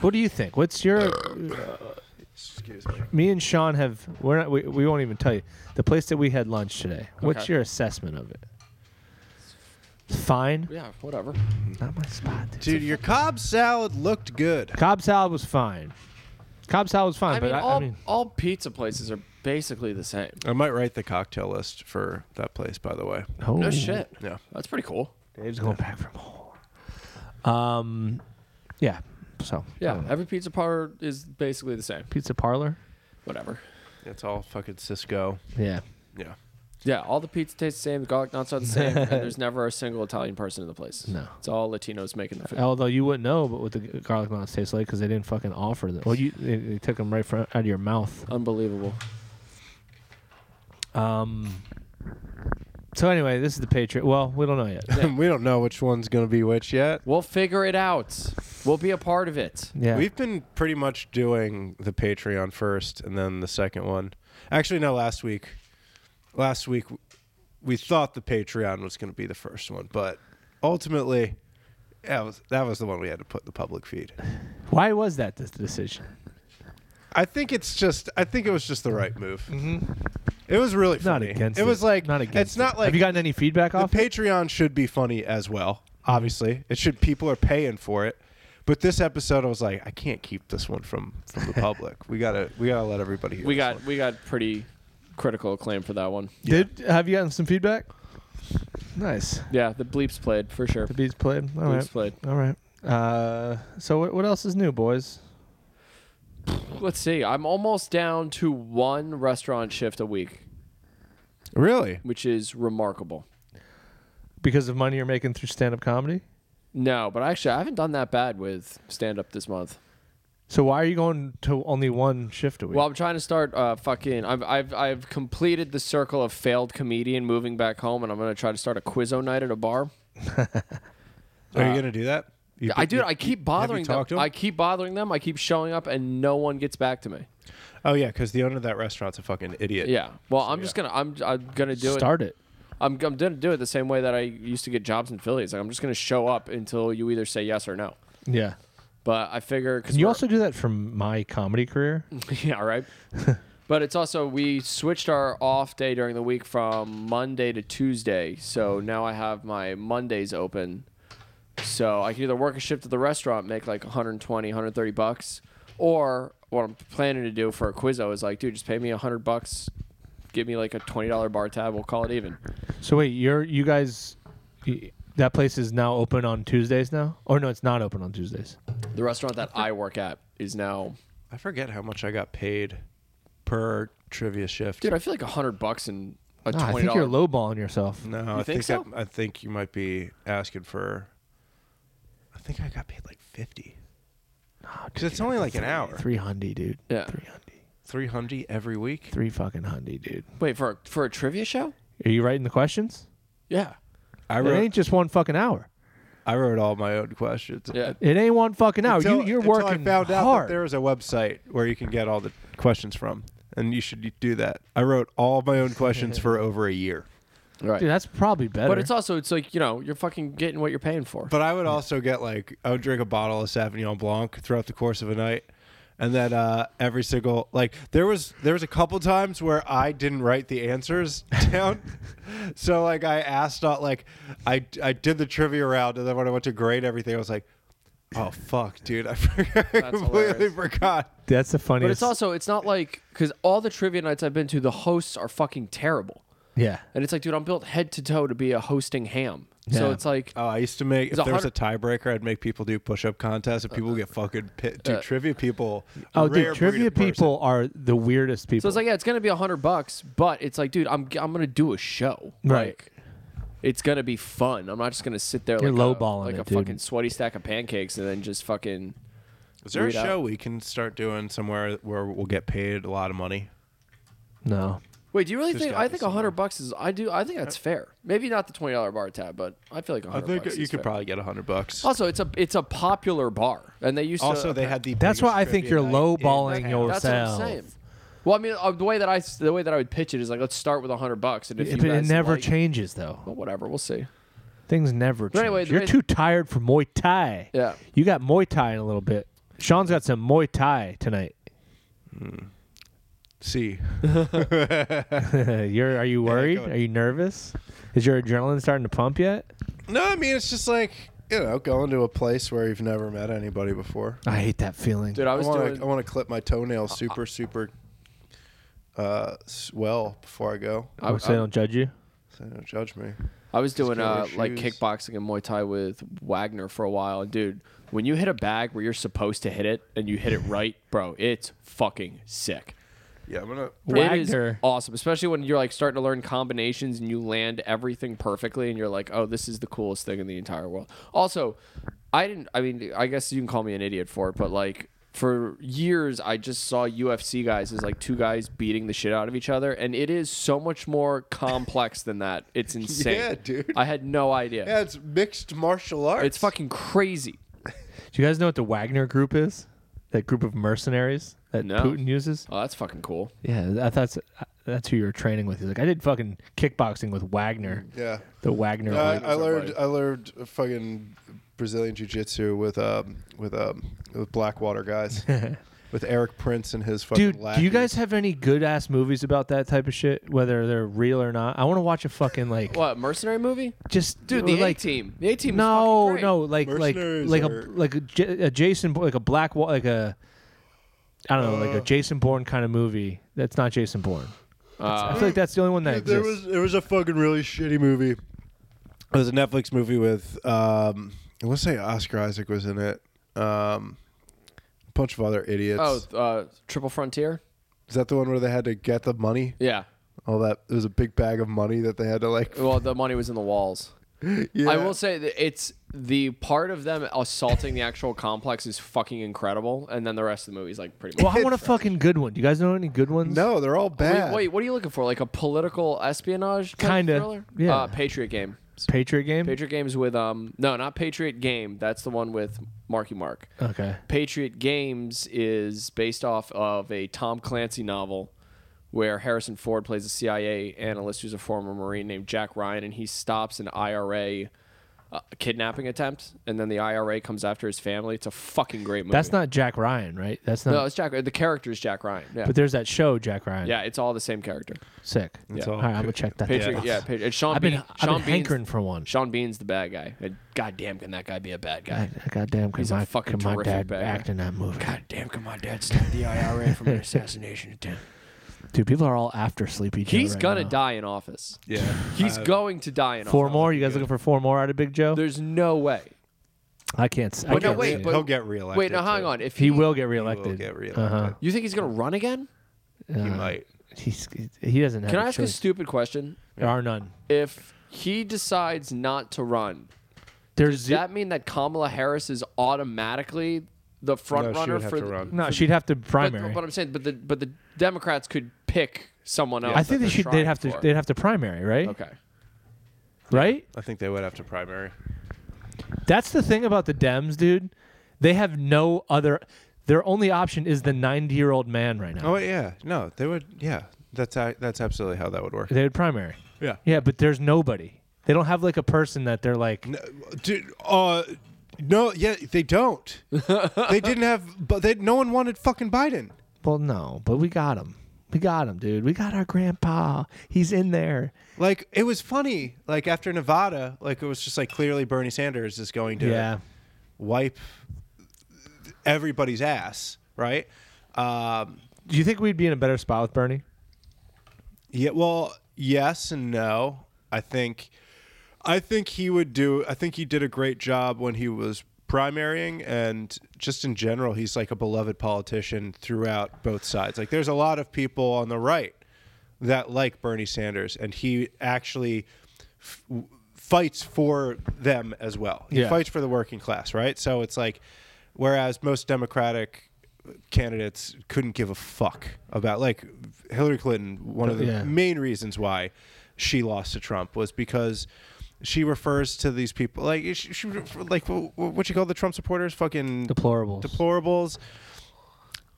What do you think? What's your? Excuse me. Me and Sean have. We're not. We, we won't even tell you the place that we had lunch today. What's Okay. your assessment of it? Fine. Yeah, whatever. Not my spot. dude. Dude, your Cobb salad looked good. Cobb salad was fine. Cobb salad was fine, I but mean, I, all, I mean, all pizza places are basically the same. I might write the cocktail list for that place, by the way. oh, No shit. Yeah. That's pretty cool. Dave's going back from home. Um, yeah. So I Yeah, don't know. every pizza parlor is basically the same. pizza parlor. Whatever. It's all fucking Cisco. Yeah. Yeah. Yeah, all the pizza tastes the same. The garlic knots are the same, and there's never a single Italian person in the place. No. it's all Latinos making the food. Although you wouldn't know, but what the garlic knots taste like because they didn't fucking offer them. Well, you they, they took them right from out of your mouth. Unbelievable. Um. So anyway, this is the Patriot. Well, we don't know yet. we don't know which one's going to be which yet. We'll figure it out. We'll be a part of it. Yeah. We've been pretty much doing the Patreon first and then the second one. Actually, no, last week. Last week, we thought the Patreon was going to be the first one, but ultimately, that was, that was the one we had to put in the public feed. Why was that this decision? I think it's just, I think it was just the right move. Mm-hmm. It was really Not funny. against. it was like, not against. it's it. not like Have you gotten any feedback the off? it? Patreon should be funny as well. Obviously, it should. People are paying for it. But this episode, I was like, I can't keep this one from from the public. we gotta we gotta let everybody hear. We this got one. we got pretty critical acclaim for that one. Did have you gotten some feedback? Nice. Yeah, the bleeps played for sure. The bees played. All bleeps right. played. All right. Uh, so what, what else is new, boys? Let's see. I'm almost down to one restaurant shift a week, really. which is remarkable. Because of money you're making through stand-up comedy. No, but actually, I haven't done that bad with stand up this month. So why are you going to only one shift a week? Well, I'm trying to start uh, fucking. I've, I've I've completed the circle of failed comedian moving back home, and I'm gonna try to start a quizzo night at a bar. Are you gonna do that? You Uh, I think do. you- I keep bothering them. talked to 'em? I keep bothering them. I keep showing up, and no one gets back to me. Oh yeah, because the owner of that restaurant's a fucking idiot. Yeah. Well, I'm just gonna. I'm I'm gonna do it. start it. I'm I'm gonna do it the same way that I used to get jobs in Philly. It's like I'm just gonna show up until you either say yes or no. Yeah. But I figure because Can you also do that from my comedy career? yeah right. but it's also we switched our off day during the week from Monday to Tuesday, so now I have my Mondays open. So I can either work a shift at the restaurant, make like 120, 130 bucks, or what I'm planning to do for a quizzo is like, dude, just pay me 100 bucks, give me like a $20 bar tab, we'll call it even. So wait, you're you guys, y- that place is now open on Tuesdays now? Or no, it's not open on Tuesdays. The restaurant that I work at is now I forget how much I got paid per trivia shift. Dude, I feel like a hundred bucks and a Ah, I twenty think you're dollar. lowballing yourself. no, I think so? I, I think you might be asking for. I think I got paid like fifty. Because it's only like an hour. Ah, Three hundy, dude. Yeah. Three hundy. Three hundred every week. Three fucking hundy, dude. Wait for a, for a trivia show? Are you writing the questions? Yeah. I It ain't just one fucking hour. I wrote all my own questions. Yeah. It ain't one fucking hour. Until- you, you're until working I found out hard. that there is a website where you can get all the questions from, and you should do that. I wrote all my own questions for over a year. Right. Dude, that's probably better. but it's also it's like you know you're fucking getting what you're paying for. But I would also get like I would drink a bottle of Sauvignon Blanc throughout the course of a night, and then uh, every single like there was there was a couple times where I didn't write the answers down, so like I asked not like I I did the trivia round, and then when I went to grade everything, I was like, oh fuck, dude, I, forgot, I completely hilarious. forgot. that's the funniest. But it's also it's not like because all the trivia nights I've been to, the hosts are fucking terrible. yeah. And it's like, dude, I'm built head to toe to be a hosting ham. So Yeah. it's like, Oh, I used to make if It's a there was a tiebreaker, I'd make people do push-up contests, and people would get fucking pit. Uh, Dude, trivia people. Oh, rare dude, breed trivia of person. people are the weirdest people. so it's like, yeah, it's gonna be a hundred bucks, but it's like, dude, I'm I'm gonna do a show. Right. Like, it's gonna be fun. I'm not just gonna sit there You're like a, lowballing like it, a dude. fucking sweaty stack of pancakes and then just fucking Is there a Read out. show we can start doing somewhere where we'll get paid a lot of money? no. Wait, do you really There's think? gotta I be think a hundred bucks is. I do. I think that's fair. Maybe not the twenty dollar bar tab, but I feel like a I hundred. think bucks you is could fair. probably get a hundred bucks. Also, it's a it's a popular bar, and they used Also, to. they had the. That's biggest why I think trivia you're night in- lowballing yourself. that's what I'm saying. Well, I mean, uh, the way that I s- the way that I would pitch it is like, let's start with a hundred bucks, and if Yeah, you but it guys never like- changes, though. well, whatever, we'll see. Things never change. anyway, the You're bas- too tired for Muay Thai. Yeah. You got Muay Thai in a little bit. Sean's got some Muay Thai tonight. See, You're are you worried? going. are you nervous? Is your adrenaline starting to pump yet? no, I mean it's just like you know going to a place where you've never met anybody before. I hate that feeling. Dude, I I, was want doing. to I want to clip my toenail super super uh s- well before I go, I, so they I, don't judge you. so they don't judge me. I was doing Just uh, get your like shoes. kickboxing and Muay Thai with Wagner for a while, dude. When you hit a bag where you're supposed to hit it and you hit it right, bro, it's fucking sick. Yeah, I'm gonna. It is Wagner. awesome, especially when you're like starting to learn combinations and you land everything perfectly, and you're like, "Oh, this is the coolest thing in the entire world." Also, I didn't. I mean, I guess you can call me an idiot for it, but like for years, I just saw UFC guys as like two guys beating the shit out of each other, and it is so much more complex than that. It's insane. Yeah, dude. I had no idea. Yeah, it's mixed martial arts. It's fucking crazy. Do you guys know what the Wagner Group is? That group of mercenaries that No. Putin uses. Oh, that's fucking cool. Yeah, I thought that's, that's who you were training with. He's like, I did fucking kickboxing with Wagner, Yeah. the Wagner. Uh, like- I learned like- I learned fucking Brazilian jiu-jitsu with um with um with Blackwater guys. with Eric Prince and his fucking Dude, do you lackeys. guys have any good ass movies about that type of shit, whether they're real or not? I want to watch a fucking like What mercenary movie? just Dude, the like, A Team. The A Team. No, no, like like Mercenaries like are- a like a, J- a Jason Bo- like a black Wa- like a I don't know like Uh, a Jason Bourne kind of movie. That's not Jason Bourne. Uh, I feel like that's the only one that Dude, there exists. was there was a fucking really shitty movie. It was a Netflix movie with um I want to say Oscar Isaac was in it. Um a bunch of other idiots. Oh, uh, Triple Frontier. Is that the one where they had to get the money? Yeah. All that it was a big bag of money that they had to like Well, the money was in the walls. yeah. I will say that it's the part of them assaulting the actual complex is fucking incredible, and then the rest of the movie is like pretty. well, Much. I want a fucking good one. Do you guys know any good ones? No, they're all bad. Wait, wait, what are you looking for? Like a political espionage type Kinda, thriller? yeah. Uh, Patriot Game. Patriot Game. Patriot Games with um no, not Patriot Game. That's the one with Marky Mark. Okay. Patriot Games is based off of a Tom Clancy novel where Harrison Ford plays a CIA analyst who's a former Marine named Jack Ryan, and he stops an IRA uh, kidnapping attempt, and then the IRA comes after his family. It's a fucking great movie. That's not Jack Ryan, right? That's not. no, it's Jack. The character is Jack Ryan. Yeah, but there's that show, Jack Ryan. yeah, it's all the same character. Sick. It's all all right, I'm gonna check that. Patriot, out. yeah, Patriot. and Sean I've been, Bean. I've Sean been hankering for one. Sean Bean's the bad guy. And goddamn, can that guy be a bad guy? God, goddamn, could He's a my, fucking could my terrific dad bad guy. act in that movie? Goddamn, can my dad stop the IRA from an assassination attempt? Dude, people are all after Sleepy Joe. He's right gonna now. die in office. yeah. He's Uh, going to die in Four office. more? You guys looking for four more out of Big Joe? There's no way. I can't. s- I But no, can't wait, see it. but- he'll get reelected. Wait, now hang too. on. If he, he will get reelected. He will get reelected. Uh-huh. you think he's gonna run again? He Uh, might. He's, he doesn't have. Can a I ask a choice. stupid question? There are none. If he decides not to run, There's does that mean that Kamala Harris is automatically the front No, she runner would have for to the, run. no. She'd have to But, primary. but I'm saying, but the but the Democrats could pick someone else. I think that they they're should. They'd trying have to. for. They'd have to primary, right? okay. Right. I think they would have to primary. That's the thing about the Dems, dude. They have no other. Their only option is the 90 year old man right now. Oh yeah, no, they would. Yeah, that's a- that's absolutely how that would work. They would primary. Yeah, Yeah, but there's nobody. They don't have like a person that they're like. no, dude. Uh, no, yeah, they don't. they didn't have, but they no one wanted fucking Biden. Well, no, but we got him. We got him, dude. We got our grandpa. He's in there. Like it was funny. Like after Nevada, like it was just like clearly Bernie Sanders is going to Yeah. wipe everybody's ass, right? Um, Do you think we'd be in a better spot with Bernie? Yeah, well, yes and no. I think I think he would do I think he did a great job when he was primarying and just in general he's like a beloved politician throughout both sides. Like there's a lot of people on the right that like Bernie Sanders and he actually f- w- fights for them as well. He Yeah. fights for the working class, right? So it's like whereas most democratic candidates couldn't give a fuck about like Hillary Clinton one of the Yeah. main reasons why she lost to Trump was because she refers to these people like she, she like wh- wh- what you call the Trump supporters fucking Deplorables. deplorables.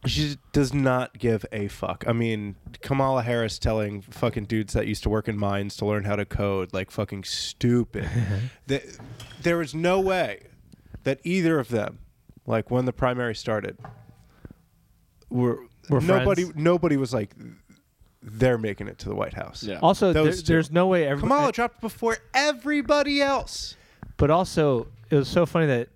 She does not give a fuck. I mean, Kamala Harris telling fucking dudes that used to work in mines to learn how to code like fucking stupid. Th- there is no way that either of them like when the primary started, were We're nobody friends. nobody was like they're making it to the White House. Yeah. Also, there, Those two. there's no way everybody. Kamala dropped before everybody else. But also, it was so funny that,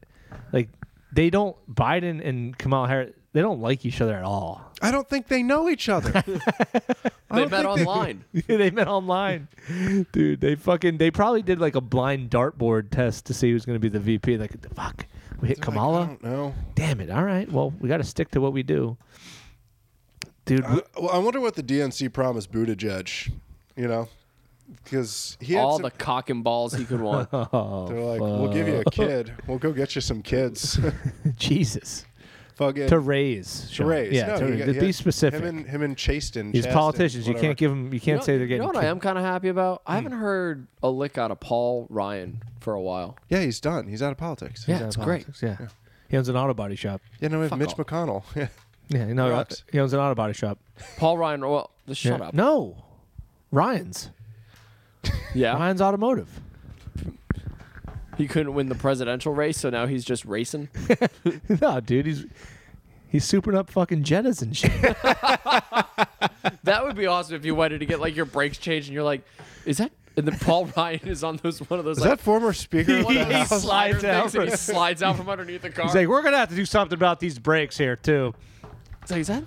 like, they don't Biden and Kamala Harris. They don't like each other at all. I don't think they know each other. I They don't think met they- online. they met online, dude. They fucking. They probably did like a blind dartboard test to see who's going to be the VP. Like, the fuck, we hit Kamala. Like, I don't know. Damn it! All right, well, we got to stick to what we do, dude. I, well, I wonder what the DNC promised Buttigieg, you know, because he had All some- the cock and balls he could want. Oh, they're like, we'll give you a kid. We'll go get you some kids. Jesus. Fucking to raise, Sean. raise. yeah. No, to, he got- he be had- specific. Him and him and Chasten. These Chaston, politicians, you whatever. can't give them. You You can't know- say they're getting. Hmm. You know what I am kind of happy about? I haven't heard a lick out of Paul Ryan for a while. Yeah, he's done. He's out of politics. Yeah. It's great. Yeah. he owns an auto body shop. Yeah, no, we have Fuck Mitch off. McConnell. Yeah. Yeah, no, Rocks. he owns an auto body shop. Paul Ryan, oh, well, just shut Yeah. up. No, Ryan's Yeah, Ryan's Automotive. he couldn't win the presidential race, so now he's just racing. no, dude, he's he's souping up fucking Jettas and shit. That would be awesome if you wanted to get like your brakes changed, and you're like, is that? And then Paul Ryan is on those one of those Is like that former Speaker of one the of those House? slider slides out things, and he from- slides out from underneath the car. he's like, we're gonna have to do something about these brakes here too. It's like, is that?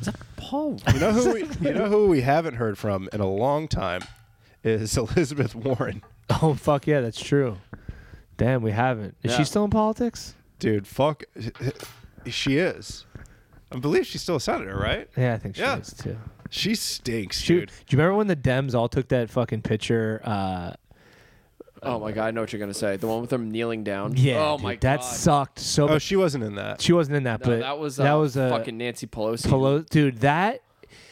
Is that Paul? You know who we, you know who we haven't heard from in a long time is Elizabeth Warren. Oh fuck yeah, that's true. Damn, we haven't. Is Yeah. she still in politics? Dude, fuck, she is. I believe she's still a senator, right? Yeah, I think she Yeah. is too. She stinks, Dude, dude. do you remember when the Dems all took that fucking picture? Uh, Oh my god, I know what you're gonna say. The one with him kneeling down. yeah, Oh dude, my that god. sucked so. Oh, much. she wasn't in that. she wasn't in that, No, but that was uh, that was a fucking Nancy Pelosi. Pelo- dude. That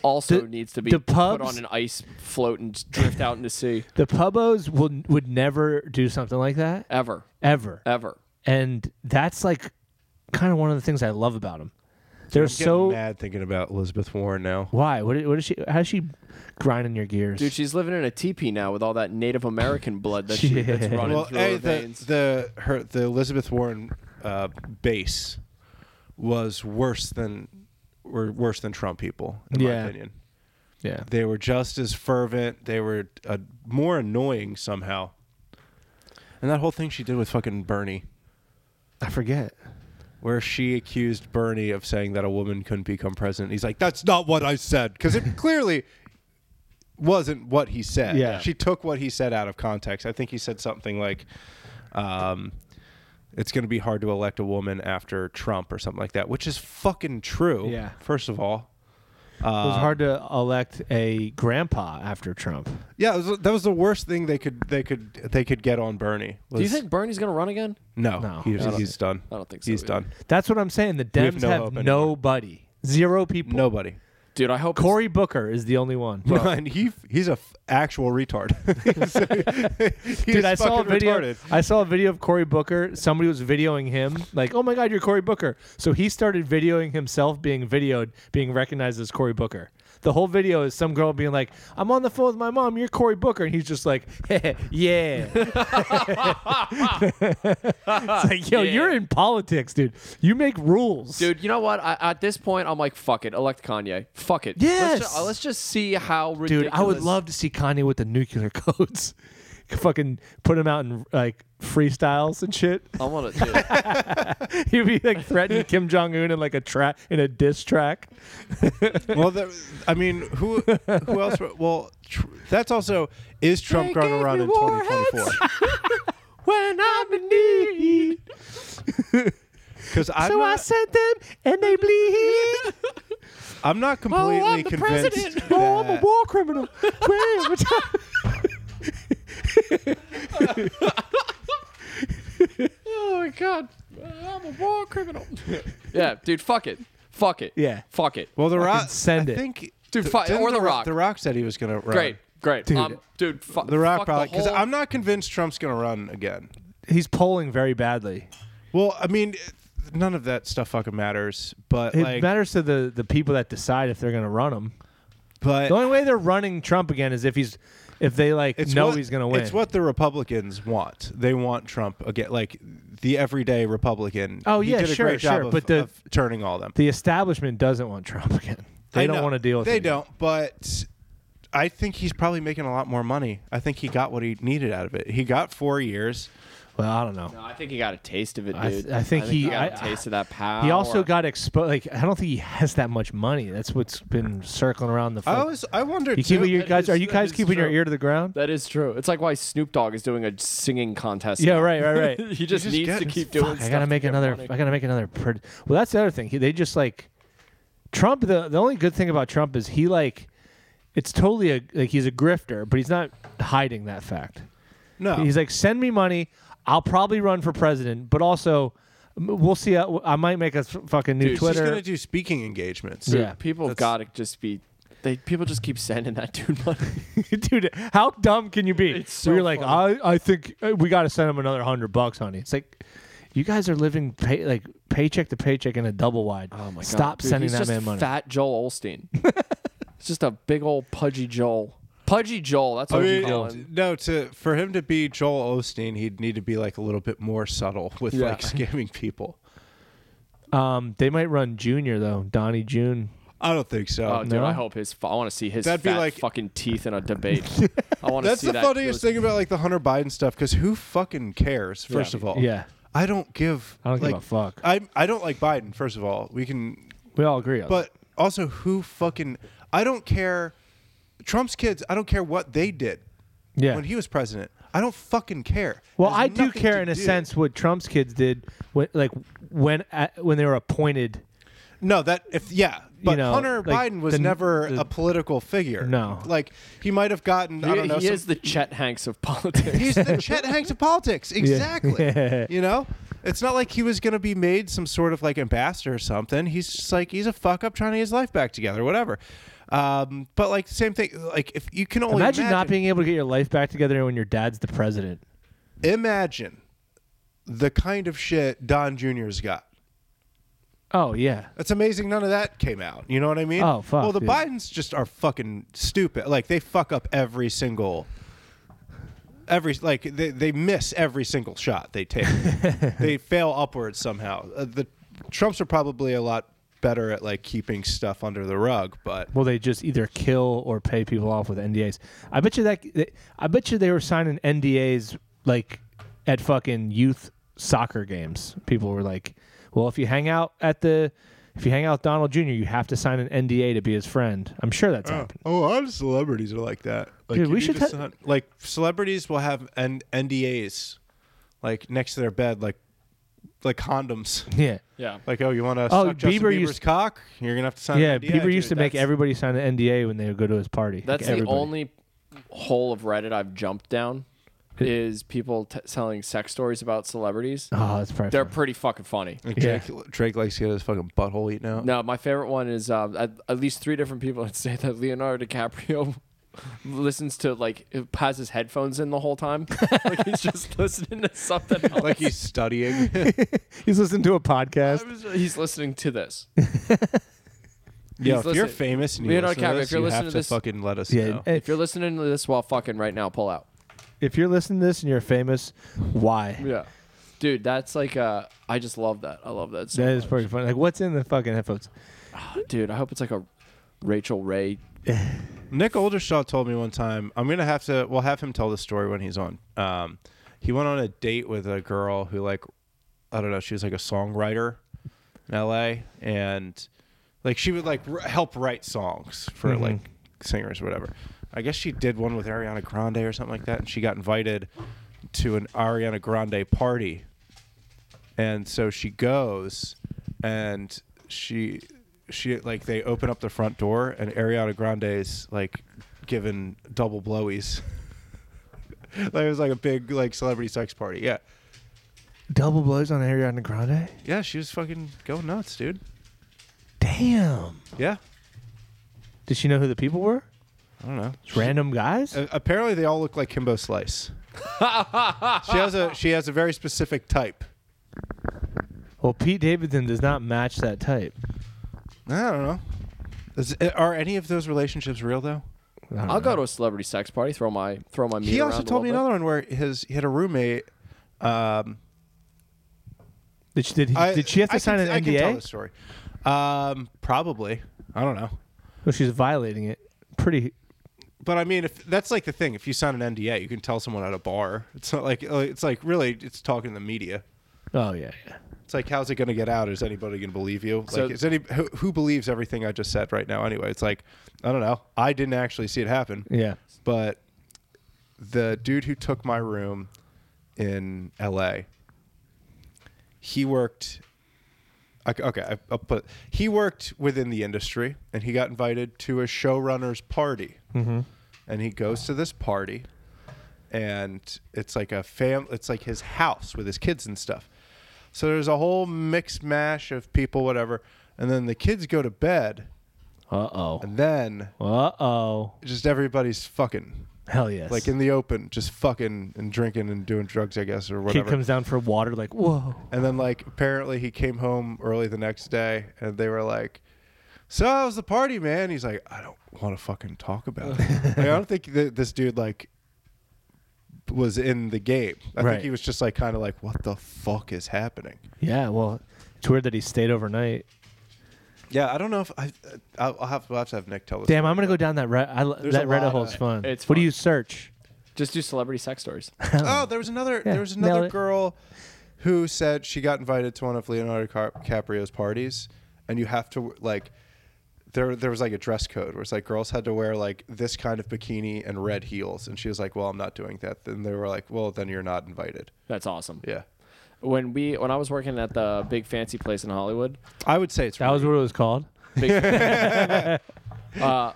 also the- needs to be the put pubs- on an ice float and just drift out into sea. the pubos would would never do something like that Ever, ever, ever. and that's like kind of one of the things I love about them. They're I'm getting so mad thinking about Elizabeth Warren now. why? What is, what is she? How's she grinding your gears? Dude, she's living in a teepee now with all that Native American blood that she, that's Yeah. running Well, through hey, her the, veins. the her the Elizabeth Warren uh, base was worse than were worse than Trump people, in Yeah. my opinion. yeah, They were just as fervent. They were uh, more annoying somehow. And that whole thing she did with fucking Bernie, I forget. where she accused Bernie of saying that a woman couldn't become president. He's like, "That's not what I said," because it clearly wasn't what he said. Yeah. she took what he said out of context. I think he said something like, um, "It's going to be hard to elect a woman after Trump" or something like that, which is fucking true. Yeah. first of all, it was hard to elect a grandpa after Trump. Yeah, it was, that was the worst thing they could they could they could get on Bernie. Do you was- think Bernie's gonna run again? No, No. he's, I don't he's done. I don't think so He's either. done. That's what I'm saying. The Dems have, have no hope anymore. nobody, zero people. Nobody. Dude, I hope Cory Booker is the only one. And he he's a f- actual retard. He's Dude, I saw a fucking video. retarded. I saw a video of Cory Booker. Somebody was videoing him, like, "Oh my God, you're Cory Booker." So he started videoing himself being videoed, being recognized as Cory Booker. The whole video is some girl being like, "I'm on the phone with my mom. You're Cory Booker," and he's just like, "Yeah." it's like, yo, Yeah. you're in politics, dude. You make rules, Dude, you know what? I, at this point, I'm like, fuck it. Elect Kanye. Fuck it. Let's Yes. just, let's just see how ridiculous. Dude, I would love to see Kanye with the nuclear codes. Fucking put him out in like freestyles and shit. I want to. Dude, He'd be like threatening Kim Jong Un in like a track in a diss track. well, that, I mean, who who else? were- Well, tr- that's also is Trump They going gave to run me in 2024? When I'm in need, Because I'm so I not, sent them and they bleed. I'm not completely oh, I'm the convinced. president. that- Oh, I'm a war criminal. oh my god, I'm a war criminal. yeah, dude, fuck it. Fuck it. Yeah. Fuck it. well, the Rock. send I it. think Dude, th- fi- didn't or The Rock. The Rock said he was going to run. Great. Great. Dude. um, dude fu- The Rock fuck probably because whole- I'm not convinced Trump's going to run again. He's polling very badly. Well, I mean, none of that stuff fucking matters. But It like, matters to the the people that decide if they're going to run him. but The only way they're running Trump again is if he's if they like It's know what- he's gonna win. It's what the Republicans want. They want Trump again, like the everyday Republican. Oh, He yeah, did a sure, great job sure, of- but the- of turning all them. the establishment doesn't want Trump again. They I don't know. want to deal with. They him. don't, but I think he's probably making a lot more money. I think he got what he needed out of it. He got four years. Well, I don't know. No, I think he got a taste of it, dude. I th- I think he- he got a I- taste of that power. He also got exposed. Like I don't think he has that much money. That's what's been circling around the. I Fuck. was I wondered You keep too- your that guys. is- Are you that guys is keeping your true. ear to the ground? That is true. It's like why Snoop Dogg is doing a singing contest. Yeah. now. Right. Right. Right. He just just needs to getting- keep doing. Fuck, I stuff gotta to make get another. money. I gotta make another. Pred- well, that's the other thing. He, they just like Trump. The the only good thing about Trump is he like, it's totally a like he's a grifter, but he's not hiding that fact. no. He's like, send me money. I'll probably run for president, but also, m- we'll see. How, I might make a f- fucking new Dude, she's He's Twitter. gonna do speaking engagements. Yeah. People gotta just be. They people just keep sending that dude money. Dude, how dumb can you be? It's so We're like, I, I think uh, we got to send him another hundred bucks, honey. It's like, you guys are living pay, like paycheck to paycheck in a double wide. Oh my god! Stop Dude, sending he's that just man money. Fat Joel Olstein. it's just a big old pudgy Joel. Pudgy Joel. That's I what we mean, call Oh, him. no. To for him to be Joel Osteen, he'd need to be like a little bit more subtle with Yeah. like scamming people. Um, they might run Junior though, Donnie June. I don't think so. Oh, dude, no? I hope his. I want to see his That'd be fat like- fucking teeth in a debate. I want to That's see the that. funniest thing about like the Hunter Biden stuff because who fucking cares? First of all, Yeah, I don't give. I don't like, give a fuck. I I don't like Biden. First of all, we can. We all agree on. But also, who fucking? I don't care. Trump's kids. I don't care what they did that. yeah. when he was president. I don't fucking care. well, There's I do nothing care to in a do. sense what Trump's kids did, when, like when at, when they were appointed. No, that if yeah, but know, Hunter like, Biden was the- never the- a political figure. No. like he might have gotten. I don't He, know. he some- is the Chet Hanks of politics. He's the Chet Hanks of politics. Exactly. Yeah. You know? It's not like he was going to be made some sort of like ambassador or something. He's just like, he's a fuck up trying to get his life back together, whatever. Um, but like, same thing. Like, if you can only Imagine, imagine, not being able to get your life back together when your dad's the president. Imagine the kind of shit Don Jr.'s got. Oh yeah, It's amazing none of that came out. You know what I mean? Oh, fuck, Well, the dude. Bidens just are fucking stupid. Like they fuck up every single every like they, they miss every single shot they take. they fail upwards somehow. Uh, the Trumps are probably a lot better at like keeping stuff under the rug, but Well, they just either kill or pay people off with NDAs. I bet you that. They, I bet you they were signing NDAs like at fucking youth soccer games. People were like, "Well, if you hang out at the, if you hang out with Donald Jr., you have to sign an NDA to be his friend." I'm sure that's happened. Oh, a lot of celebrities are like that. Like, Dude, you we need should to ha- sign- like celebrities will have N- NDAs like next to their bed like like condoms. Yeah, yeah. Like, oh, you want to Oh, suck Justin Bieber Bieber's used- cock? You're gonna have to sign. yeah. an NDA, Bieber dude. used to make That's- everybody sign an NDA when they would go to his party. Like, That's the everybody. only hole of Reddit I've jumped down is people t- telling sex stories about celebrities. Oh, that's probably. They're fun. pretty fucking funny. And Yeah. Drake, Drake likes to get his fucking butthole eaten Oh. out. No, my favorite one is um, at, at least three different people that say that Leonardo DiCaprio listens to like has his headphones in the whole time, like he's just listening to something. Else. Like he's studying. He's listening to a I podcast. was- he's listening to this. Yo, if you're listening- famous and you Leonardo listen to DiCaprio, this, if you're you listening have to to this- fucking let us Yeah, know. and If you're listening to this while fucking right now, pull out. if you're listening to this and you're famous, why? Yeah, dude, that's like uh, I just love that. I love that. So That is much. Ah, pretty funny. Like, what's in the fucking headphones? dude. I hope it's like a Rachel Ray. Nick Oldershaw told me one time. I'm gonna have to. We'll have him tell the story when he's on. Um, he went on a date with a girl who like, I don't know. She was like a songwriter in L.A. and like she would like r- help write songs for Mhm. like singers or whatever. I guess she did one with Ariana Grande or something like that, and she got invited to an Ariana Grande party and so she goes and she she like they open up the front door and Ariana Grande's like given double blowies. like it was like a big like celebrity sex party. Yeah. Double blows on Ariana Grande. Yeah, she was fucking going nuts, dude. Damn. Yeah. Did she know who the people were? I don't know. Just Random guys? A- apparently they all look like Kimbo Slice. she has a she has a very specific type. Well, Pete Davidson does not match that type. I don't know. Is, are any of those relationships real though? I don't know. I'll go to a celebrity sex party. Throw my throw my. meat He also around a told me little another one where his he had a roommate. Um, Did she, did, he, I- did she have to I sign can, I an can tell the NDA? story. Um, probably. I don't know. Well, she's violating it. Pretty. But I mean, if that's like the thing, if you sign an NDA, you can tell someone at a bar. It's not like uh, it's like really, it's talking to the media. Oh yeah. yeah. It's like, how's it going to get out? Is anybody going to believe you? Like, So- is any who, who believes everything I just said right now? Anyway, it's like, I don't know. I didn't actually see it happen. Yeah. but the dude who took my room in LA, he worked. I- Okay, I- I'll put. He worked within the industry, and he got invited to a showrunner's party. Mm-hmm. And he goes to this party, and it's like a fam. It's like his house with his kids and stuff. So there's a whole mix mash of people, whatever. And then the kids go to bed, Uh oh. and then Uh oh. just everybody's fucking Hell yes. like in the open, just fucking and drinking and doing drugs, I guess, or kid whatever. comes down for water. Like whoa. and then like apparently he came home early the next day, and they were like, "So how was the party, man?" He's like, "I don't want to fucking talk about it." Like, I don't think that this dude like was in the game. I Right. think he was just like kind of like, "What the fuck is happening?" Yeah. Well, it's weird that he stayed overnight. Yeah, I don't know if I. I'll I'll have, I'll have to have Nick tell us. Damn, I'm gonna go down that. Re- I, l- There's that a Reddit lot hole's of- fun. it's What do fun. you search? Just do celebrity sex stories. Oh, there was another Yeah, there was nailed another it. girl who said she got invited to one of Leonardo Car- DiCaprio's parties, and you have to like there there was like a dress code where it's like girls had to wear like this kind of bikini and red heels, and she was like, "Well, I'm not doing that." Then they were like, "Well, then you're not invited." That's awesome. Yeah, When we when I was working at the big fancy place in Hollywood, I would say it's That was what it was called. uh,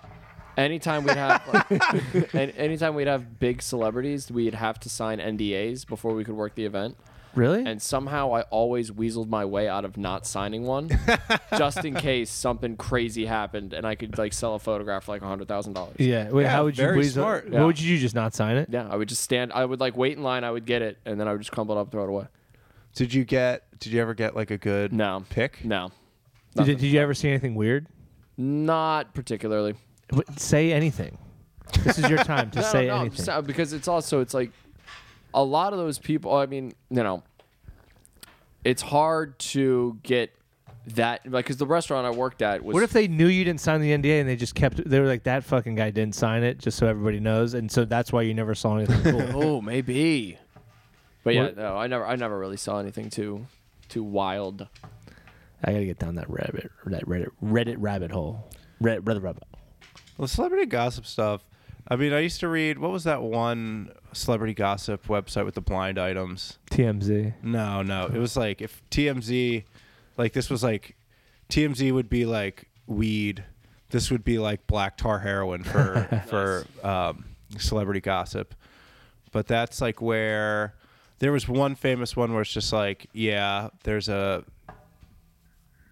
anytime we'd have like, an- anytime we'd have big celebrities, we'd have to sign NDAs before we could work the event. Really? And somehow I always weaseled my way out of not signing one, just in case something crazy happened and I could like sell a photograph for like hundred thousand dollars. yeah. Wait, Yeah, how would you? very weasel- smart. What Yeah. would you do? Just not sign it? Yeah, I would just stand. I would like wait in line. I would get it, and then I would just crumple it up, throw it away. Did you get? Did you ever get like a good No pick? No, Did, did you ever see anything weird? not particularly. Wait, Say anything. This is your time to No, say no, no, I'm anything. just- uh, because it's also it's like a lot of those people. I mean, you know, it's hard to get that like because the restaurant I worked at was What if they knew you didn't sign the NDA and they just kept? They were like, "That fucking guy didn't sign it," just so everybody knows, and so that's why you never saw anything cool. oh maybe, but yeah, What- no, I never I never really saw anything too too wild. I gotta get down that rabbit, that Reddit, Reddit rabbit hole. Red, Reddit rabbit. Well, celebrity gossip stuff. I mean, I used to read what was that one celebrity gossip website with the blind items? TMZ. No, no. It was like if TMZ, like this was like TMZ would be like weed. This would be like black tar heroin for for um, celebrity gossip. But that's like where there was one famous one where it's just like, yeah, there's a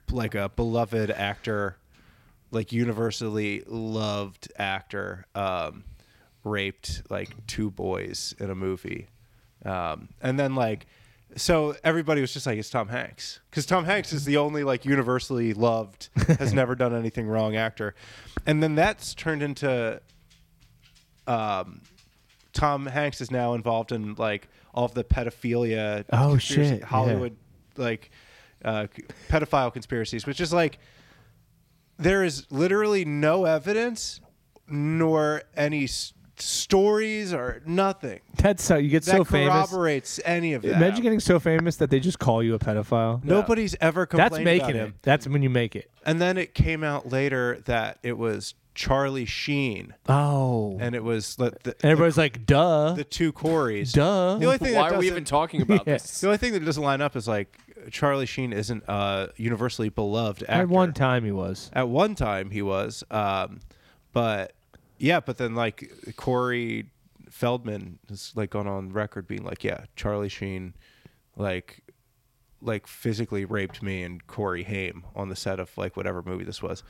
like a beloved actor, like universally loved actor, um, raped like two boys in a movie. Um, and then like, so everybody was just like, it's Tom Hanks. Cause Tom Hanks is the only like universally loved, has never done anything wrong actor. And then that's turned into, um, Tom Hanks is now involved in like all of the pedophilia, Oh, conspiracy- shit, yeah. Hollywood like uh, c- pedophile conspiracies, which is like there is literally no evidence nor any s- stories or nothing That's how you get that so famous. corroborates any of that. Imagine getting so famous that they just call you a pedophile. Nobody's ever complained. That's making about him. That's when you make it. And then it came out later that it was Charlie Sheen, Oh. And and it was like, the, everybody's like, duh. the two Corys. duh. The only thing Why that are we even doesn't- talking about Yeah. this? The only thing that doesn't line up is like Charlie Sheen isn't a universally beloved actor. At one time he was. At one time he was, um, but yeah, but then like Corey Feldman has like gone on record being like, yeah, Charlie Sheen, like, like physically raped me and Corey Haim on the set of like whatever movie this was.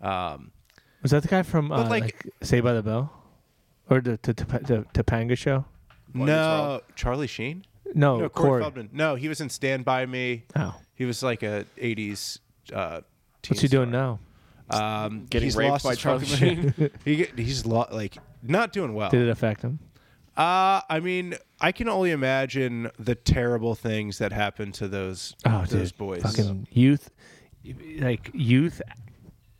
Um, Was that the guy from uh, like, like- Saved by the Bell? Or the the Topanga the, Topanga show? What, no, Charlie Sheen. No, no, Corey, Oh, Corey. Feldman. No, he was in Stand by Me. Oh. He was like a '80s. Uh, What's he teen doing star. now? Um, Getting he's raped lost by his Charlie fucking- he get, he's lo- like not doing well. Did it affect him? Uh, I mean, I can only imagine the terrible things that happened to those Oh, those dude, boys. fucking youth, like youth,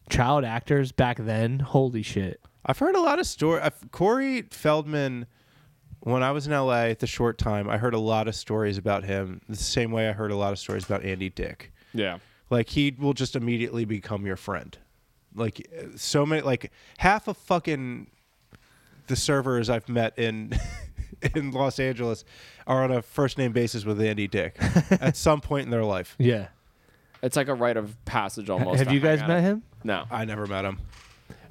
child actors back then. Holy shit! I've heard a lot of story. I've- Corey Feldman, when I was in LA at the short time, I heard a lot of stories about him. The same way I heard a lot of stories about Andy Dick. Yeah. Like he will just immediately become your friend. Like uh, so many, like half of fucking the servers I've met in in Los Angeles are on a first name basis with Andy Dick at some point in their life. Yeah. It's like a rite of passage almost. Have to you hang guys out. met him? No. I never met him.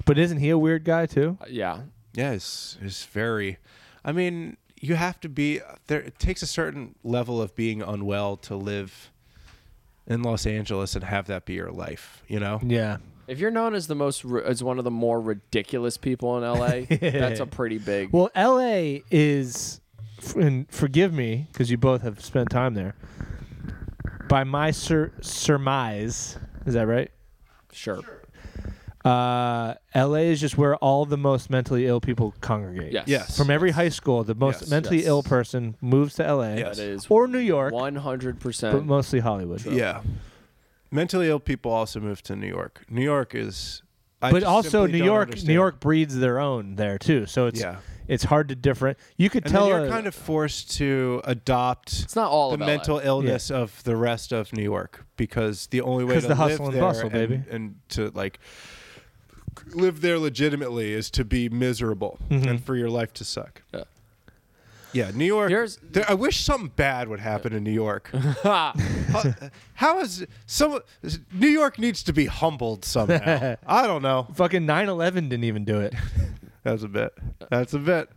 But isn't he a weird guy too? Uh, Yeah. Yeah, it's, it's very. I mean, you have to be there. It takes a certain level of being unwell to live in Los Angeles and have that be your life. You know, Yeah. If you're known as the most ri- as one of the more ridiculous people in LA, that's a pretty big. Well, L.A. is, f- and forgive me because you both have spent time there. By my sur- surmise, is that right? sure. Uh, L.A. is just where all the most mentally ill people congregate. Yes. Yes. From every high school, the most Yes. mentally Yes. ill person moves to L.A. Yes. That is or New York, uh, One hundred but percent. mostly Hollywood. yeah. Mentally ill people also move to New York. New York is, I but just also simply New don't York, New understand. York breeds their own there too. So it's Yeah. it's hard to different. You could And tell then you're a- kind of forced to adopt. It's not all the about mental It. illness of the rest of New York because the only way 'Cause to the live hustle and there bustle, baby. and to like live there legitimately is to be miserable Mm-hmm. and for your life to suck. Yeah. Yeah, New York. Here's- there, I wish something bad would happen in New York. Ha! how, uh, how is some New York needs to be humbled somehow? I don't know. fucking 9/11 didn't even do it. That's a bit. That's a bit.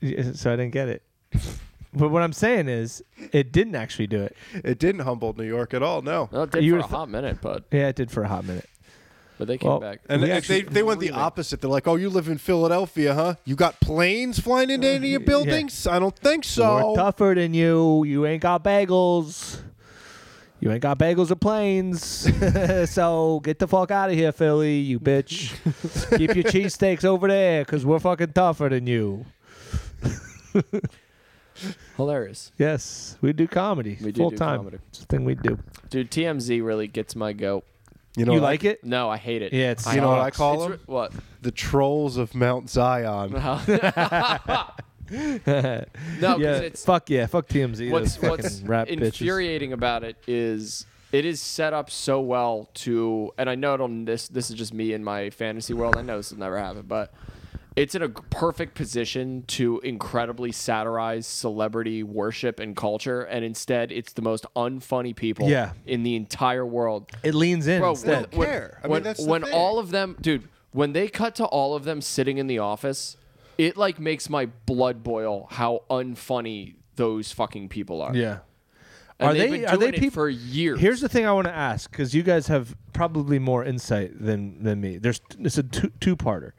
Yeah, so I didn't get it. But what I'm saying is, it didn't actually do it. It didn't humble New York at all. No. Well, it did You for a would've hot minute, but Yeah, it did for a hot minute. but they came Well, back. And We they- actually- they, they went the opposite. They're like, "Oh, you live in Philadelphia, huh? You got planes flying into any of your buildings? I don't think We're so." tougher than you. You ain't got bagels. You ain't got bagels or planes. so get the fuck out of here, Philly, you bitch. Keep your cheesesteaks over there because we're fucking tougher than you. Hilarious. Yes, we do comedy We do full do time. comedy. It's a thing we do. Dude, TMZ really gets my goat. know, you what I- like it? No, I hate it. Yeah, it's you know what I sucks. call It's them? re- what? the trolls of Mount Zion. No, 'cause yeah, it's fuck yeah, fuck TMZ. What's, what's those what's fucking rap bitches. infuriating about it is it is set up so well to, and I know it'll this this is just me in my fantasy world. I know this will never happen, but it's in a perfect position to incredibly satirize celebrity worship and culture, and instead it's the most unfunny people Yeah. in the entire world. It leans in Bro, instead. Well, when, care. I mean, when, that's the when thing. all of them, dude, when they cut to all of them sitting in the office, it like makes my blood boil how unfunny those fucking people are. yeah. And Are they've they- been are doing they it peop- for years? Here's the thing I want to ask because you guys have probably more insight than than me. There's it's a two two parter.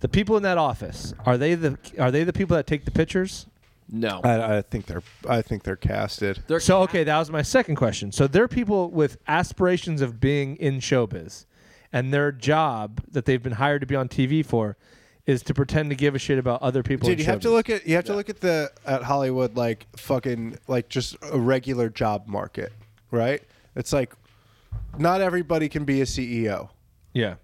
The people in that office are they the are they the people that take the pictures? no. I, I think they're. I think they're casted. They're So okay, that was my second question. So they're people with aspirations of being in showbiz, and their job that they've been hired to be on TV for is to pretend to give a shit about other people. Dude, in you have to showbiz. look at you have to look at the at Hollywood like fucking like just a regular job market, right? It's like not everybody can be a CEO. Yeah.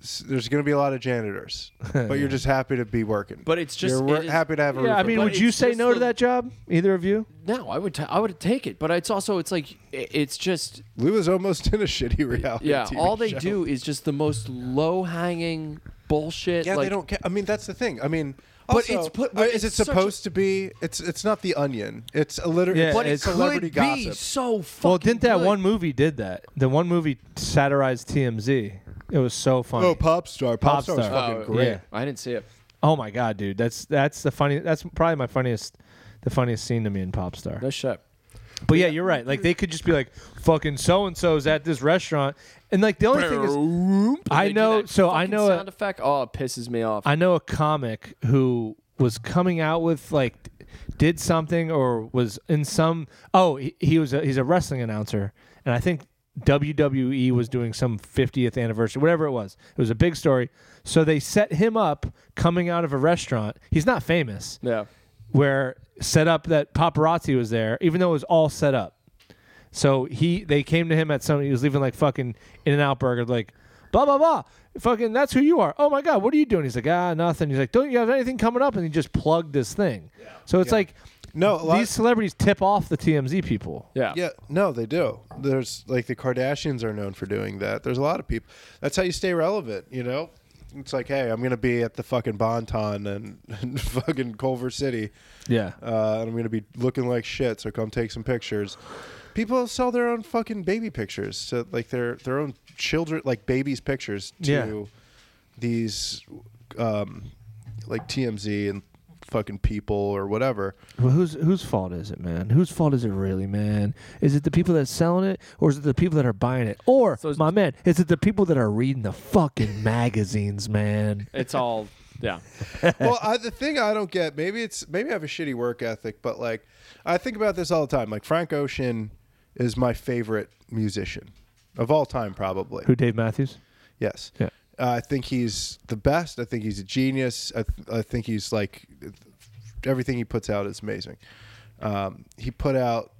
S- There's going to be a lot of janitors, but you're just happy to be working. But it's just- you're wor- it is- happy to have a. Yeah, roof I over mean, your But would you it's say just no to the- that job? Either of you? no, I would t- I would take it, but it's also it's like i- it's just Lou is almost in a shitty reality. yeah. TV all they show. do is just the most low hanging bullshit. Yeah, like, they don't. Ca- I mean, that's the thing. I mean, But also, it's put- but is it's it such a- supposed to be? It's it's not the Onion. It's a literally. Yeah, it's, But it it's celebrity could be gossip. so fucking. Well, didn't that good. one movie did that? The one movie satirized TMZ. It was so funny. Oh, pop star. Pop, Pop star's Star. fucking Oh, great. yeah. I didn't see it. Oh my god, dude, that's that's the funny. That's probably my funniest, the funniest scene to me in Popstar. No shit. But yeah, you're right. Like they could just be like, "Fucking so and so's at this restaurant," and like the only thing is, I They do know. that So I fucking know. A, sound effect. Oh, it pisses me off. I know a comic who was coming out with like did something or was in some. Oh, he, he was a, he's a wrestling announcer, and I think WWE was doing some 50th anniversary, whatever it was. It was a big story. So they set him up coming out of a restaurant. He's not famous. Yeah. Where set up that paparazzi was there, even though it was all set up. So he they came to him at some he was leaving like fucking in and out burger like blah blah blah fucking that's who you are oh my god what are you doing he's like ah nothing he's like don't you have anything coming up and he just plugged this thing so it's like No, a lot- these celebrities tip off the TMZ people Yeah. Yeah, no, they do. There's like the Kardashians are known for doing that. There's a lot of people. That's how you stay relevant, you know? It's like, hey, I'm gonna be at the fucking Bonton and, and fucking Culver City, yeah uh, and I'm gonna be looking like shit. So come take some pictures. People sell their own fucking baby pictures, to, like their their own children, like babies' pictures to Yeah. these, um, like TMZ and fucking people or whatever. Well, whose whose fault is it, man? Whose fault is it really, man? Is it the people that's selling it, or is it the people that are buying it, or So it's- my man, is it the people that are reading the fucking magazines, man? It's all. Yeah. well, I, the thing I don't get, maybe it's maybe I have a shitty work ethic, but like I think about this all the time. Like Frank Ocean is my favorite musician of all time, probably. Who, Dave Matthews? Yes. Yeah. Uh, I think he's the best. I think he's a genius. I, th- I think he's like everything he puts out is amazing. Um, he put out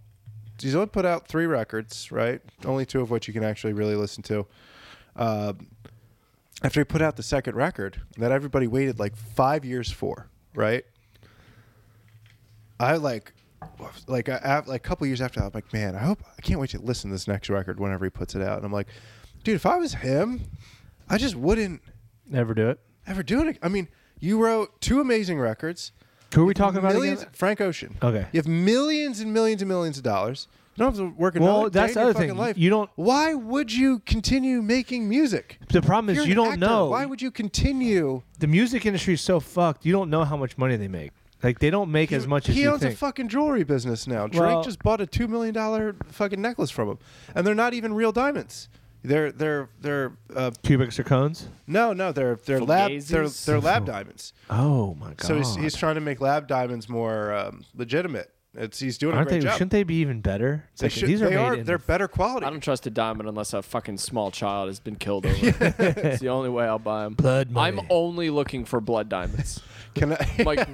he's only put out three records, right? Only two of which you can actually really listen to. Um, after he put out the second record that everybody waited like five years for, right? I like, like, I, af- like a couple years after that, I'm like, man, I hope I can't wait to listen to this next record whenever he puts it out. And I'm like, dude, if I was him, I just wouldn't Never do it. ever do it. ag- I mean, you wrote two amazing records. Who are we talking about Millions, again? Frank Ocean. Okay. You have millions and millions and millions of dollars. You don't have to work another Well, day that's in the your other fucking thing. life. You don't- Why would you continue making music? The problem is You're you an don't actor. know. Why would you continue? the music industry is so fucked. You don't know how much money they make. Like they don't make as much as he you owns think. a fucking jewelry business now. Drake Well- just bought a two million dollar fucking necklace from him, and they're not even real diamonds. They're they're they're uh, Cubics or cones? no no they're they're lab they're Fugazis? they're lab diamonds. Oh my god! So he's, he's trying to make lab diamonds more um, legitimate. It's he's doing aren't a great they? job. Shouldn't they be even better? It's they like, should- these are they made are in they're better quality. I don't trust a diamond unless a fucking small child has been killed over. it. it's the only way I'll buy them. blood money. I'm only looking for blood diamonds. Can I? Like,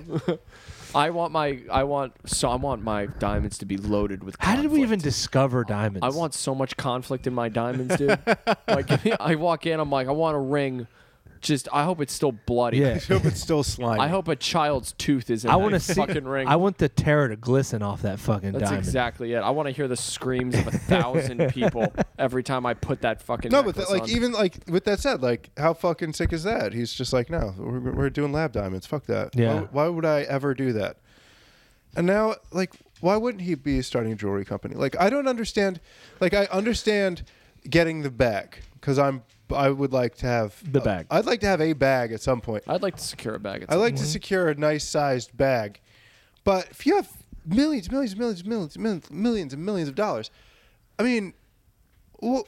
I want my, I want, so I want my diamonds to be loaded with. How did we even conflict. discover diamonds? I want so much conflict in my diamonds, dude. like, I walk in, I'm like, I want a ring. Just, I hope it's still bloody. Yeah. I hope it's still slimy. I hope a child's tooth is in I want want to see. fucking ring. I want the terror to glisten off that fucking That's diamond. exactly it. I want to hear the screams of a thousand people every time I put that fucking. No, but necklace that, like on. even like with that said, like how fucking sick is that? He's just like, no, we're, we're doing lab diamonds. Fuck that. Yeah. Why, why would I ever do that? And now, like, why wouldn't he be starting a jewelry company? Like, I don't understand. Like, I understand getting the bag because I'm. I would like to have The bag. I'd like to have a bag at some point. I'd like to secure a bag. At I some like to secure a nice sized bag, but if you have millions, millions, millions, millions, millions, millions and millions of dollars, I mean, wh-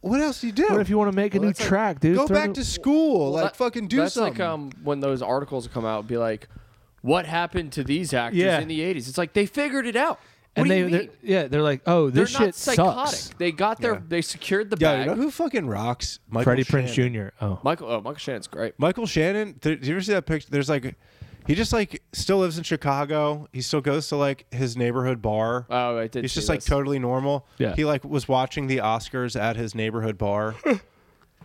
what else do you do? What if you want to make a Well, new that's like- track, dude? Go Throw back it- to school, like Well, that- fucking do that's something. like um, when those articles come out, be like, "What happened to these actors Yeah. in the '80s?" It's like they figured it out. and What do they, you mean? they're- yeah, they're like, oh, They're this not shit psychotic. sucks. They got their, Yeah. they secured the yeah, bag. you know who fucking rocks? Michael Freddie Shannon. Prince Jr. Oh, Michael, oh, Michael Shannon's great. Michael Shannon. Th- do you ever see that picture? There's like, he just like still lives in Chicago. He still goes to like his neighborhood bar. Oh, I did. He's see just like this. totally normal. Yeah. He like was watching the Oscars at his neighborhood bar.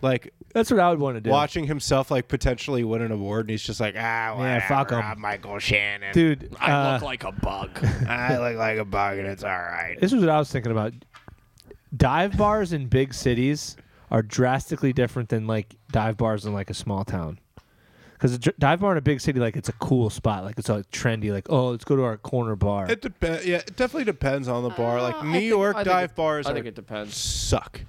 like that's what I would want to do, watching himself like potentially win an award and he's just like ah Yeah, fuck whatever, 'em. I'm Michael Shannon dude. I uh, look like a bug. I look like a bug and it's all right this is what I was thinking about. Dive bars in big cities are drastically different than like dive bars in like a small town. Because a dr- dive bar in a big city, like it's a cool spot, like it's all trendy, like oh, let's go to our corner bar. it depends yeah it definitely depends on the bar like Uh, New I think- York I think dive it- bars I think are- it depends. suck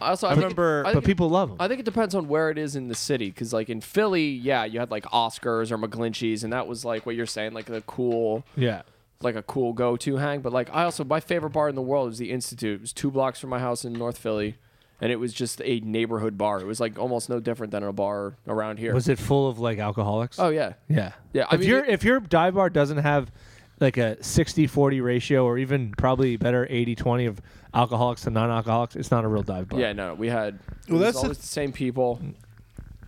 Also, I, I think it- remember- but I think it- people love them. I think it depends on where it is in the city. Because, like, in Philly, yeah, you had, like, Oscars or McGlinchey's, and that was, like, what you're saying, like, the cool, yeah, like, a cool go to hang. But, like, I also, my favorite bar in the world was the Institute. It was two blocks from my house in North Philly, and it was just a neighborhood bar. It was, like, almost no different than a bar around here. was it full of like alcoholics? oh, yeah. Yeah. Yeah, I if mean, your it- if your dive bar doesn't have like a 60-40 ratio or even probably better 80-20 of alcoholics to non-alcoholics, it's not a real dive bar. Yeah, no, we had. Well, it was that's the- always the, same people.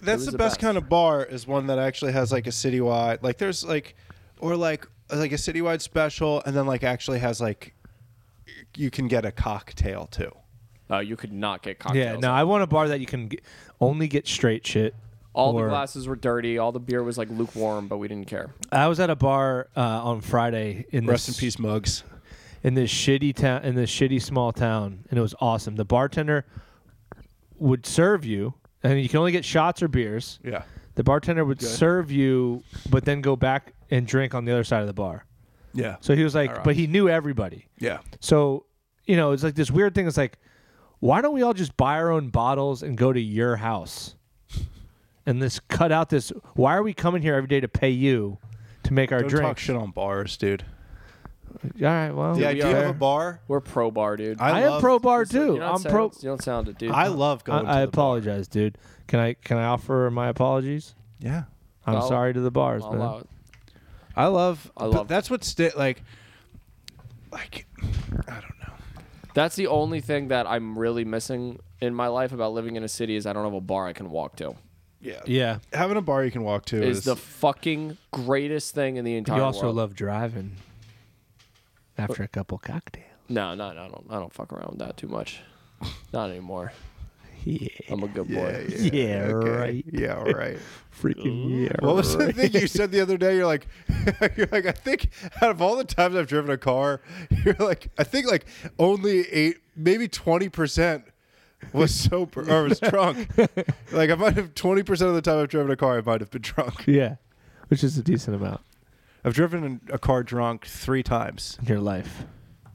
That's was the, the best, best. kind of bar is one that actually has like a citywide like there's like or like like a citywide special and then like actually has like you can get a cocktail too. Uh, you could not get cocktails. Yeah, no, I want a bar that you can g only get straight shit. all or- the glasses were dirty. All the beer was like lukewarm, but we didn't care. I was at a bar uh, on Friday in Rest in this, peace, mugs. in this shitty town in this shitty small town, and it was awesome. The bartender would serve you, and you can only get shots or beers. Yeah. The bartender would serve you, but then go back and drink on the other side of the bar. Yeah. So he was like, but he knew everybody. Yeah. So, you know, it's like this weird thing. It's like, why don't we all just buy our own bottles and go to your house? And this cut out this. Why are we coming here every day to pay you to make our Don't drink? talk shit on bars, dude. All right, well, The we idea are- of a bar. We're pro bar, dude. I, am love- pro bar It's like, too. you're not I'm sound- pro. You don't sound it, dude. I love I, going. I to the bar. apologize, dude. Can I can I offer my apologies? Yeah. I'm I'll- sorry to the bars, I'll man. allow it. I love. I love- But that's what sti- like. Like, I don't know. That's the only thing that I'm really missing in my life about living in a city is I don't have a bar I can walk to. Yeah. Yeah. Having a bar you can walk to Is is, the fucking greatest thing in the entire You also world. love driving after a couple cocktails. no, no, no, I don't. I don't fuck around with that too much. Not anymore. Yeah. I'm a good yeah, boy. yeah, Yeah, okay. right. Yeah, right. Freaking yeah. What was the thing you said the other day? You're like, you're like, I think out of all the times I've driven a car, you're like, I think like only eight, maybe twenty percent was sober or was drunk. like I might have twenty percent of the time I've driven a car, I might have been drunk. Yeah. Which is a decent amount I've driven a car drunk three times in your life.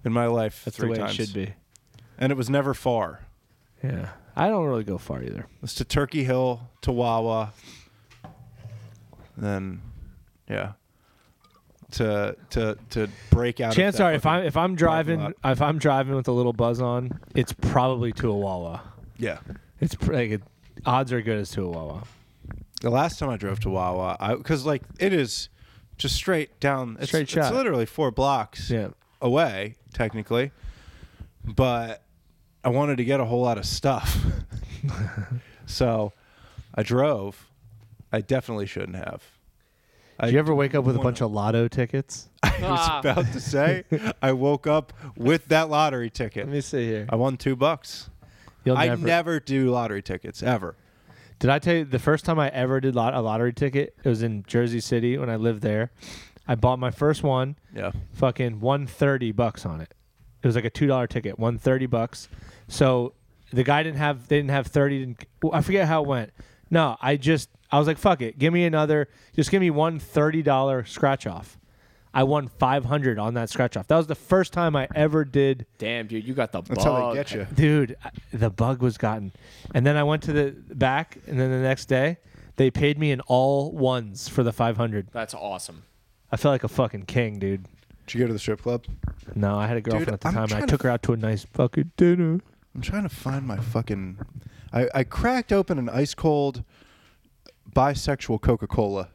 in my life. That's three the way times. it should be. and it was never far. Yeah. I don't really go far either. It was to Turkey Hill, to Wawa, then, yeah. To, to to break out. of Chances that are, if fucking- I'm if I'm driving lot. if I'm driving with a little buzz on, it's probably to a Wawa. Yeah. It's pr- like it, odds are good as to a Wawa. The last time I drove to Wawa, I because like it is just straight down. It's, Straight shot. It's literally four blocks Yeah. away, technically. But I wanted to get a whole lot of stuff, so I drove. I definitely shouldn't have. I Do you ever wake up with a wanna- bunch of lotto tickets? I was Ah. about to say I woke up with that lottery ticket. see here. I won two bucks. You'll I never, never do lottery tickets ever. Did I tell you the first time I ever did lot, a lottery ticket? It was in Jersey City when I lived there. I bought my first one, Yeah. fucking one thirty bucks on it. It was like a two dollar ticket, one thirty bucks. So the guy didn't have they didn't have thirty. Didn't, I forget how it went. No, I just I was like fuck it, give me another. Just give me one thirty dollar scratch off. I won five hundred on that scratch off. That was the first time I ever did Damn, dude, you got the That's how bug. they get you. dude I- the bug was gotten and then i went to the back and then the next day they paid me in all ones for the 500 That's awesome. i felt like a fucking king dude Did you go to the strip club? no i had a girlfriend Dude, at the I'm time and i trying took to- her out to a nice fucking dinner I'm trying to find my fucking. I, I cracked open an ice cold bisexual Coca Cola.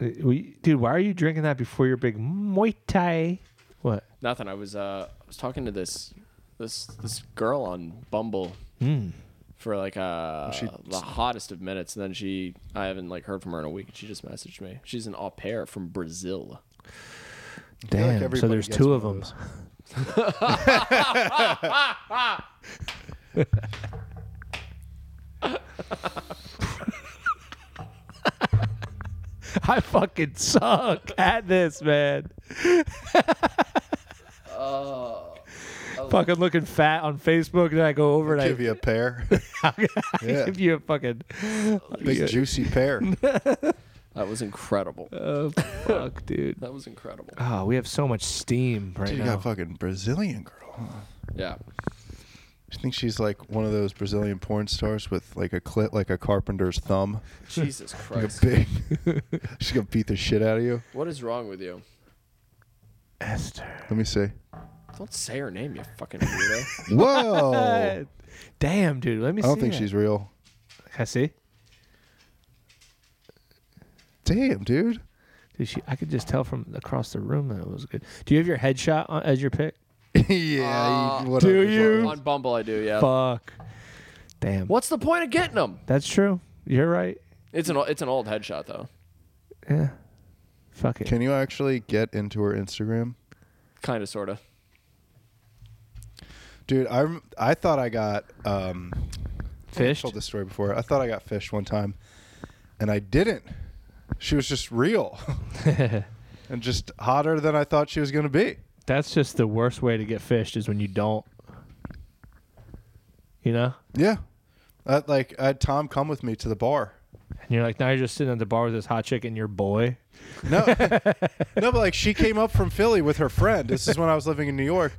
Uh, we- dude why are you drinking that before your big muay thai what Nothing. I was uh, I was talking to this this this girl on Bumble Hmm, for like uh she- the hottest of minutes, and then she I haven't like heard from her in a week. and She just messaged me. She's an au pair from Brazil. feel like damn so everybody there's gets two one of of them those. i fucking suck at this man fucking looking fat on facebook and i go over and i Give you a pear. yeah, give you a fucking big juicy pear. That was incredible. Uh. Oh fuck, dude. That was incredible. Oh, we have so much steam right you now. got fucking Brazilian girl. Huh? Yeah. You think she's like one of those Brazilian porn stars with like a clit, like a carpenter's thumb? Jesus Like Christ. a big. she's gonna beat the shit out of you. What is wrong with you? Esther. Let me see. Don't say her name, you fucking weirdo. Whoa! Uh, I damn, dude. Let me see. don't think that. she's real. Can I see? Damn, dude. Dude, she, I could just tell from across the room that it was good. Do you have your headshot on, as your pick? yeah. Uh, you- whatever. Ah, do you? On Bumble, I do. Yeah. Fuck. Damn. What's the point of getting them? That's true. You're right. It's an o- it's an old headshot though. Yeah. Fuck it. Can you actually get into her Instagram? Kind of, sort of. Dude, I rem- I thought I got um Fished? I told this story before. I thought I got fished one time, and I didn't. She was just real, and just hotter than I thought she was gonna be. That's just the worst way to get fished is when you don't. You know? Yeah, I, like I had Tom come with me to the bar. And you're like, now you're just sitting at the bar with this hot chick and your boy. No, no, but like she came up from Philly with her friend. This is when I was living in New York,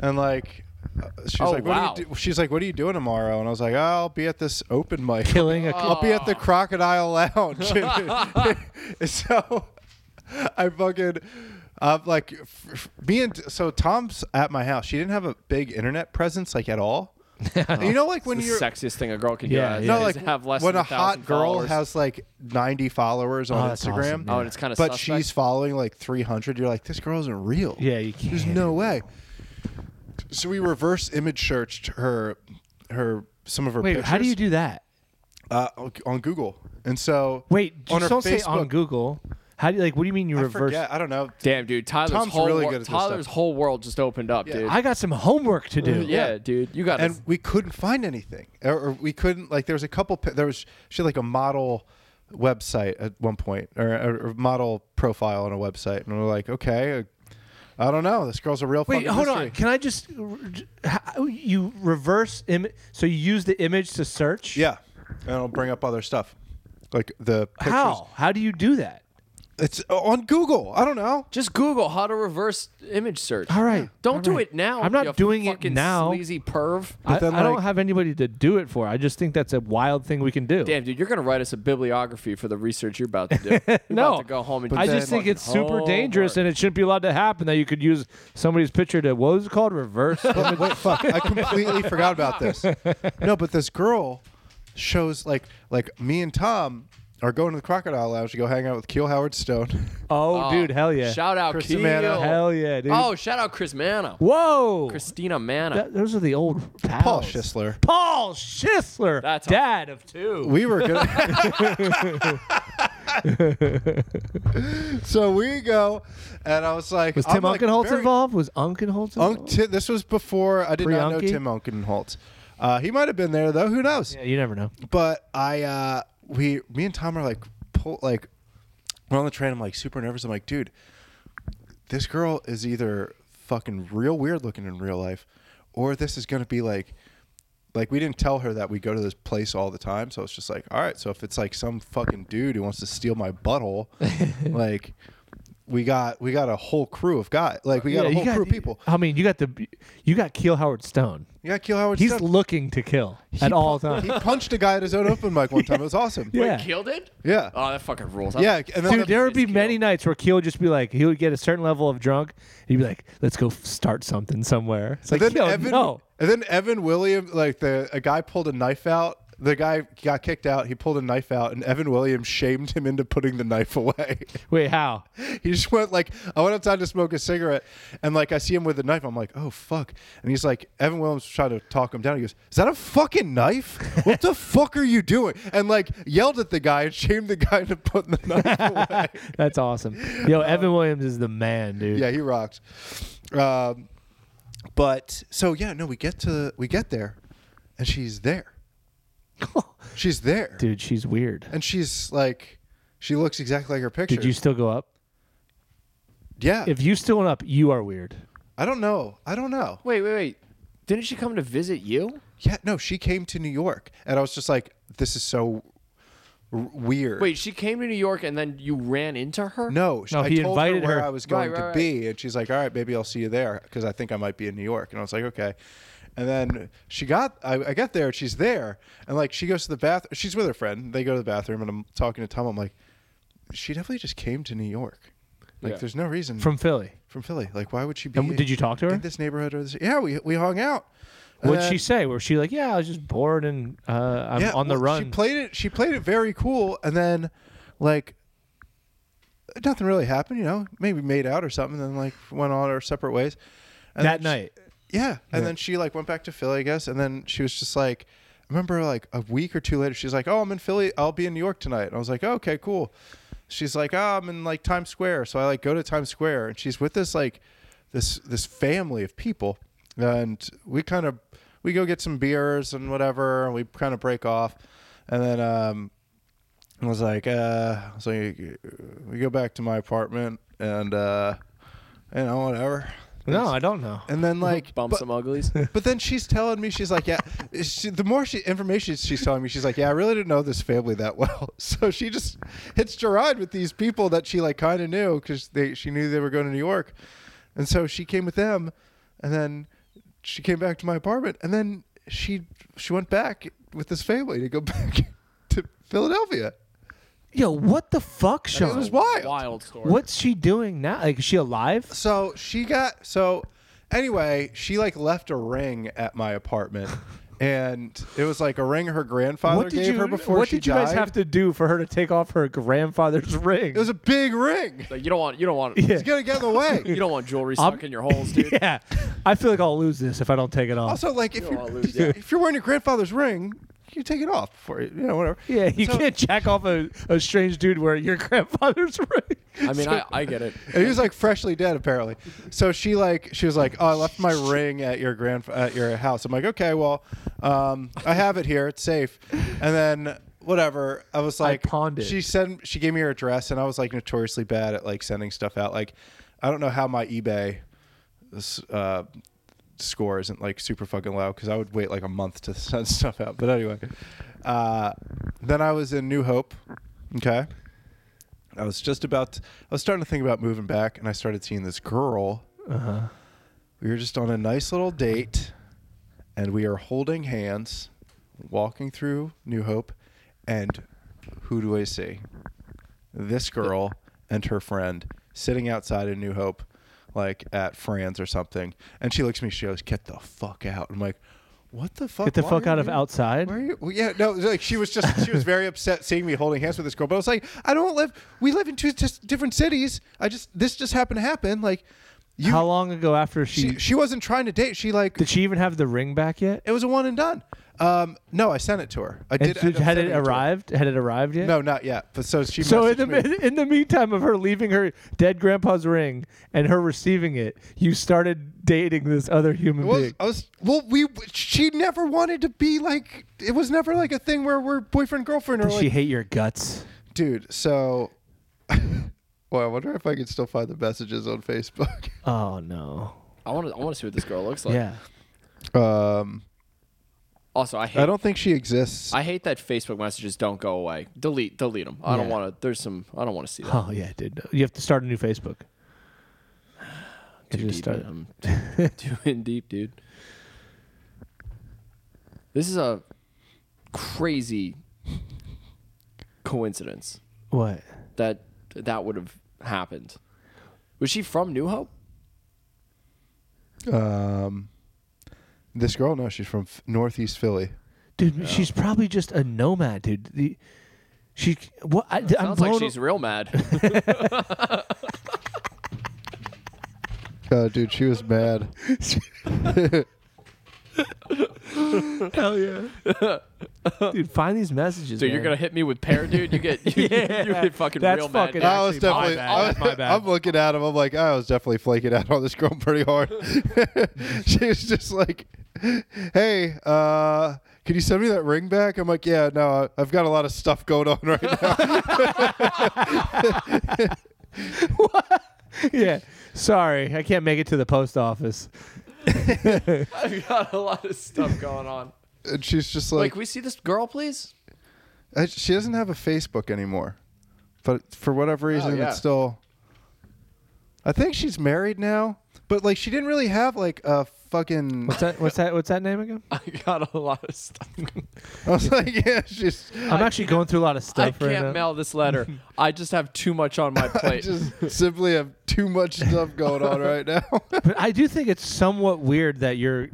and like uh, she was Oh, like, wow. "What are you do-? She's like, "What are you doing tomorrow?" And I was like, "I'll be at this open mic." Killing a I'll be at the Crocodile Lounge. so I fucking, I'm like, f- f- me and so Tom's at my house. She didn't have a big internet presence like at all. you know, like when the you're sexiest thing a girl can Yeah, do. yeah. no, like have less when than a hot 1,000 girl followers. has like 90 followers on Oh, that's Instagram, awesome, Oh, and it's kind of but she's following like 300. You're like, this girl isn't real. Yeah, you can't. There's no way. So we reverse image searched her, her some of her Wait, pictures how do you do that? uh, on Google, and so Wait, on just her don't say on Facebook- Google. How do you like? What do you mean you I reverse? forget. I don't know. damn, dude. Tyler's Tom's whole really wor- good at this stuff. Tyler's whole world just opened up, dude. I got some homework to do. yeah, dude. You got And to we couldn't find anything, or, or we couldn't like. There was a couple. pi- There was she had like a model website at one point, or a model profile on a website, and we're like, okay, uh, I don't know. This girl's a real. Wait, fucking hold mystery. on. Can I just? How, you reverse image. So you use the image to search. Yeah, and it'll bring up other stuff, like the pictures. How? How do you do that? It's uh, on Google. I don't know. just Google how to reverse image search. All right. Don't all do right. it now. I'm not you doing it fucking now. Sleazy perv. I, then, I don't like- have anybody to do it for. I just think that's a wild thing we can do. Damn, dude, you're gonna write us a bibliography for the research you're about to do. You're no, about to go home and I do just some think it's fucking super dangerous, homework. and it shouldn't be allowed to happen that you could use somebody's picture to what was it called reverse. Wait, wait, fuck! I completely forgot about this. No, but this girl shows like like me and Tom are going to the Crocodile Lounge to go hang out with Keel Howard Stone. oh, Oh, dude, hell yeah! Shout out Chris Keel. Amano. Hell yeah, dude. Oh, shout out Chris Mana. Whoa! Christina Mana. That- those are the old pals. Paul Schisler. Paul Schisler, That's- dad of two. We were gonna. so we go, and I was like, was I'm Tim like Unkenholtz very- involved? Was Unkenholtz Unk- involved? Ti- this was before I did not know Pre-Unky? Tim Unkenholtz. Uh, he might have been there though. Who knows? yeah, you never know. But I, uh, we, me and Tom are like, pull, like, we're on the train. I'm like super nervous. I'm like, dude, this girl is either fucking real weird looking in real life, or this is gonna be like, like we didn't tell her that we go to this place all the time. So it's just like, all right. So if it's like some fucking dude who wants to steal my butthole, like. We got we got a whole crew of guys. Like we got yeah, a you whole crew of people. I mean, you got the you got Keel Howard Stone. You got Keel Howard. He's Stone. looking to kill at all times. He punched a guy at his own open mic one time. It was awesome. Yeah. Wait, Keel did? Yeah. Oh, that fucking rules. Yeah, and then Dude, there would be Keel. many nights where Keel would just be like, he would get a certain level of drunk. He'd be like, let's go f- start something somewhere. It's like, and then Keel, Evan, no. and then Evan Williams, like the a guy pulled a knife out. The guy got kicked out. He pulled a knife out, and Evan Williams shamed him into putting the knife away. Wait, how? he just went like, "I went outside to smoke a cigarette," and like I see him with the knife. I'm like, "Oh fuck!" And he's like, Evan Williams tried to talk him down. He goes, "Is that a fucking knife? What the fuck are you doing?" And like yelled at the guy and shamed the guy into putting the knife away. That's awesome. Yo, Evan Williams is the man, dude. yeah, he rocked. Um, but so yeah, no, we get to we get there, and she's there. she's there, Dude, she's weird. and she's like, she looks exactly like her picture. Did you still go up? Yeah, If you still went up, you are weird. I don't know. I don't know. Wait, wait, wait. Didn't she come to visit you? Yeah, no, she came to New York, and I was just like, this is so r- weird. Wait, she came to New York and then you ran into her? No, sh- No, I he told invited her where her. I was Right, going right, to be, and she's like, "All right, maybe I'll see you there because I think I might be in New York." And I was like, "Okay." And then she got, I, I get there, and she's there, and like she goes to the bath. She's with her friend. They go to the bathroom, and I'm talking to Tom. I'm like, "She definitely just came to New York. Like, Yeah. there's no reason From Philly. from Philly. Like, why would she be? And did you talk to in her? this neighborhood or this? Yeah, we we hung out. And What'd then- she say? Was she like, yeah, I was just bored and uh, I'm on the well, run? She played it. She played it very cool, and then like nothing really happened. You know, maybe made out or something, then like went on our separate ways. And that then she- night. yeah, and then she like went back to Philly, I guess, and then she was just like, I remember like a week or two later, she's like, "Oh, I'm in Philly. I'll be in New York tonight." And I was like, "Okay, cool." She's like, "Ah, I'm in like Times Square," so I like go to Times Square, and she's with this like this this family of people, and we kind of we go get some beers and whatever, and we kind of break off, and then um, I was like, uh, I was like, we go back to my apartment, and uh, you know, whatever. No, I don't know. And then like Bump but- some uglies. but then she's telling me, she's like, yeah. She, the more she, information she's telling me, she's like, yeah, I really didn't know this family that well. So she just hits to ride with these people that she like kind of knew because they she knew they were going to New York, and so she came with them, and then she came back to my apartment, and then she she went back with this family to go back to Philadelphia. Yo, what the fuck, It Sean? was wild. Wild story. What's she doing now? Like, is she alive? So she got so anyway, she like left a ring at my apartment. And it was like a ring her grandfather what did gave you? her before what she did you guys died. have to do for her to take off her grandfather's ring? It was a big ring. Like you don't want you don't want Yeah. It's gonna get in the you way. don't want jewelry I'm- stuck in your holes, dude. yeah, I feel like I'll lose this if I don't take it off. Also, like if You you're don't wanna lose that. if you're wearing your grandfather's ring, you take it off before you, you know whatever. yeah, you So- can't jack off a, a strange dude wearing your grandfather's ring. I mean, I, I get it. And he was like freshly dead apparently. So she like she was like, "Oh, I left my ring at your grand at your house." I'm like, "Okay, well, um, I have it here. It's safe." And then whatever, I was like, pawned it. She sent she gave me her address, and I was like notoriously bad at like sending stuff out. Like, I don't know how my eBay s- uh, score isn't like super fucking low because I would wait like a month to send stuff out. But anyway, uh, then I was in New Hope. Okay. I was just about, I was starting to think about moving back, and I started seeing this girl. Uh-huh. We were just on a nice little date, and we are holding hands, walking through New Hope, and who do I see? This girl and her friend sitting outside in New Hope, like at Fran's or something. And she looks at me, she goes, Get the fuck out. I'm like, What the fuck? Get the Why fuck are out of you- outside. why are you? Well, yeah, no, it was like she was just she was very upset seeing me holding hands with this girl. But I was like, I don't live. We live in two just different cities. I just this just happened to happen. Like, you How long ago after she, she she wasn't trying to date. She like did she even have the ring back yet? it was a one and done. Um, no, I sent it to her. I And did. did- end up had sending it to her. arrived? Had it arrived yet? No, not yet. But so she. So in messaged the me. in the meantime of her leaving her dead grandpa's ring and her receiving it, you started dating this other human It was- being. I was well. We she never wanted to be like. It was never like a thing where we're boyfriend girlfriend or Does like she hate your guts? dude. So, well, I wonder if I can still find the messages on Facebook. Oh no. I want to I want to see what this girl looks like. yeah. Um, Also, I hate I don't think she exists. I hate that Facebook messages don't go away. Delete delete them. I don't Yeah. want to. There's some. I don't want to see that. Oh yeah, dude. You have to start a new Facebook. You Too just deep, start- man. I'm too in deep, dude. This is a crazy coincidence What? that that would have happened. Was she from New Hope? um, this girl, no, she's from F- Northeast Philly. Dude, she's probably just a nomad, dude. The, she what? I, I'm Sounds blown like she's real mad. Uh, dude, she was mad. Hell yeah. dude, find these messages. Dude, you're gonna hit me with pear, dude. You get you, you get fucking That's real fucking- mad. I was Actually, my definitely. bad. I, That's my bad. am looking at him. I'm like, I was definitely flaking out on this girl pretty hard. she was just like, "Hey, uh, can you send me that ring back?" I'm like, "Yeah, no, I- I've got a lot of stuff going on right now." yeah. Sorry, I can't make it to the post office. I've got a lot of stuff going on. and she's just Like, like, we see this girl, please. I- she doesn't have a Facebook anymore, but for whatever reason, yeah. it's still. I think she's married now, but like she didn't really have like a fucking. What's that? What's that? What's that name again? I got a lot of stuff. I was like, yeah, she's I'm actually going through a lot of I stuff right can't now. mail this letter. I just have too much on my plate. just simply have too much stuff going on right now. But I do think it's somewhat weird that your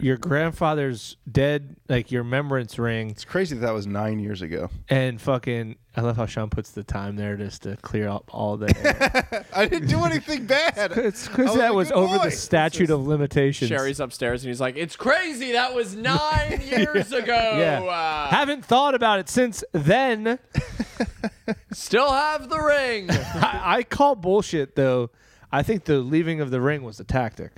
your grandfather's dead, like your remembrance ring, It's crazy that that was nine years ago. and fucking. I love how Sean puts the time there just to clear up all the. air. I didn't do anything bad. it's because was that a was good over boy. the statute of limitations. Sherry's upstairs and he's like, "It's crazy. That was nine years ago. Yeah. Uh, Haven't thought about it since then. still have the ring." I, I call bullshit though. I think the leaving of the ring was a tactic.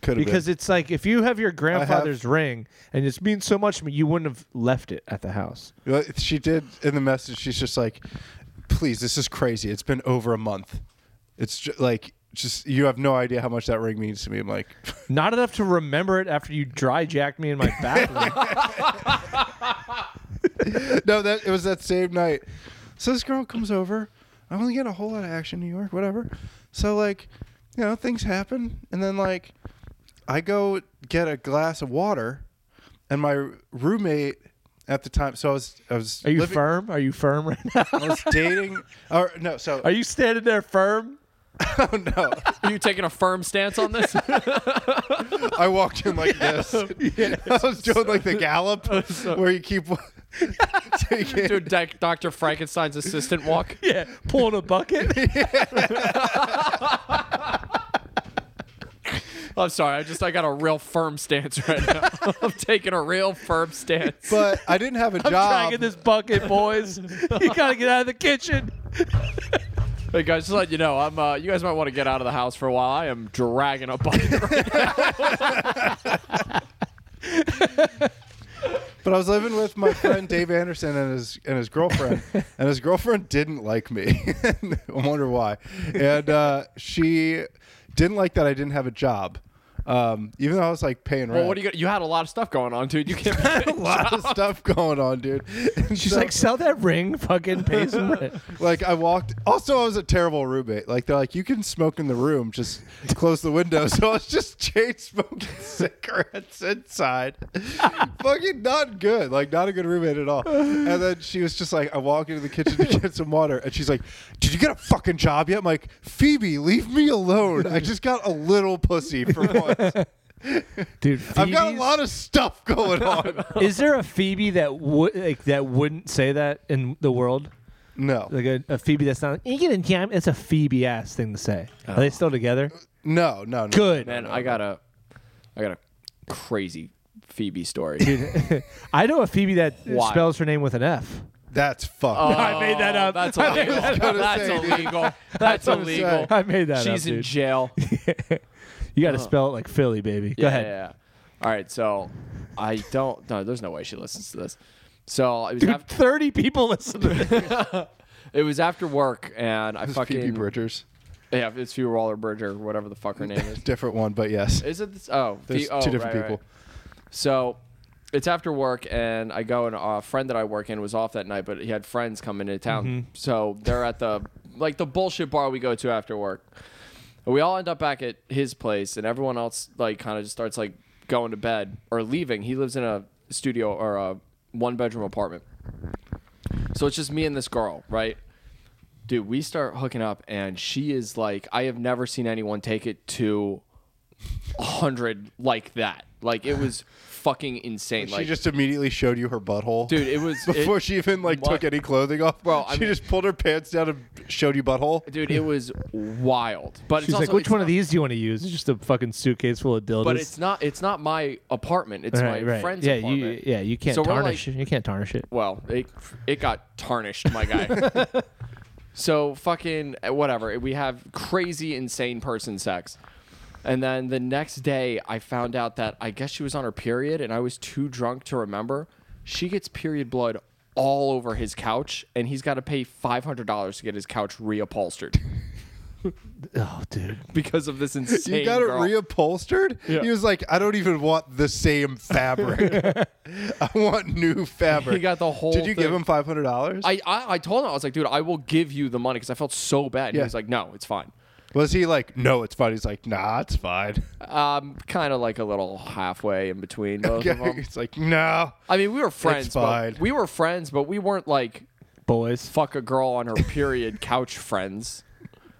Could have Because it's like if you have your grandfather's ring and it's means so much to me, you wouldn't have left it at the house. Well, She did in the message. She's just like, "Please, this is crazy. It's been over a month. It's ju- like just you have no idea how much that ring means to me." I'm like, Not enough to remember it after you dry jacked me in my bathroom. "No, that it was that same night." So this girl comes over. I only get a whole lot of action in New York, whatever. So like, you know, things happen, and then like, I go get a glass of water, and my roommate at the time. So I was, I was. Are you living- firm? Are you firm right now? I was dating. Or no, so Are you standing there firm? oh no. Are you taking a firm stance on this? I walked in like this. I was doing like the gallop where you keep taking. Dude, Doc- Dr. Frankenstein's assistant walk. Yeah, pulling a bucket. I'm sorry. I just I got a real firm stance right now. I'm taking a real firm stance. But I didn't have a I'm job. dragging this bucket, boys. you gotta get out of the kitchen. Hey guys, just to let you know, I'm. Uh, you guys might want to get out of the house for a while. I am dragging a bucket. Right But I was living with my friend Dave Anderson and his and his girlfriend, and his girlfriend didn't like me. I wonder why. And uh, she didn't like that I didn't have a job, um, even though I was like paying rent. well, what do you? Got? You had a lot of stuff going on, dude. You can't. a lot of stuff going on, dude. And She's so- like, sell that ring, fucking pay some rent. Like I walked. Also, I was a terrible roommate. Like they're like, you can smoke in the room, just close the window. So I was just chain smoking cigarettes inside. Fucking not good. Like not a good roommate at all. And then she was just like, I walk into the kitchen to get some water, and she's like, Did you get a fucking job yet? I'm like, Phoebe, leave me alone. I just got a little pussy for once. Dude, I've got a Phoebe's- lot of stuff going on. Is there a Phoebe that would like that wouldn't say that in the world? No, Like a, a Phoebe that's not you get in jam. It's a Phoebe ass thing to say. Are they still together? no, no, no. Good. Oh. Man, I got a, I got a crazy Phoebe story. I know a Phoebe that Why? spells her name with an F. That's fucked. I made that up. That's I made illegal. that up. That's I was gonna say, illegal. That's I was gonna illegal. I made that She's up. in dude. jail. Go you got to spell it like Philly, baby. Go ahead. Yeah. All right. So I don't. No, there's no way she listens to this. So it was, Dude, after, thirty people listen to this. it was after work, and I This is fucking Phoebe Bridgers. yeah, it's Phoebe Waller Bridge or whatever the fuck her name is. Different one, but yes. Is it? This? Oh, the- There's oh, two different right, right, people. right. So it's after work, and I go and uh, a friend that I work in was off that night, but he had friends coming into town. Mm-hmm. So they're at the like the bullshit bar we go to after work. And we all end up back at his place, and everyone else like kind of just starts like going to bed or leaving. He lives in a studio or a one bedroom apartment. So it's just me and this girl, right? Dude, we start hooking up, and she is like, I have never seen anyone take it to a hundred like that. Like it was fucking insane. She like, just immediately showed you her butthole, dude, it was it- Before she even like What? took any clothing off, Bro, I she mean- just pulled her pants down and showed you butthole. dude, it was wild. But She's it's also, like, which it's one not- of these do you want to use? It's just a fucking suitcase full of dildos. But it's not. It's not my apartment. It's right, my right. friend's yeah, apartment. you yeah you can't So we're tarnish. like- it. you can't tarnish it. well, it it got tarnished, my guy. so fucking eh, whatever. We have crazy, insane person sex, and then the next day, I found out that I guess she was on her period, and I was too drunk to remember. She gets period blood all over his couch, and he's got to pay five hundred dollars to get his couch reupholstered Oh, dude. because of this insane. You got it girl. reupholstered. He was like, "I don't even want the same fabric. I want new fabric." He got the whole Did you give thing. him five hundred dollars? I, I I told him I was like, dude, I will give you the money because I felt so bad. And Yeah. He was like, no, it's fine. Was he like, "No, it's fine"? He's like, "Nah, it's fine." Um, kind of like a little halfway in between both of them. It's like, "No." I mean, we were friends. It's but- fine. we were friends, but we weren't like Boys. fuck a girl on her period couch friends.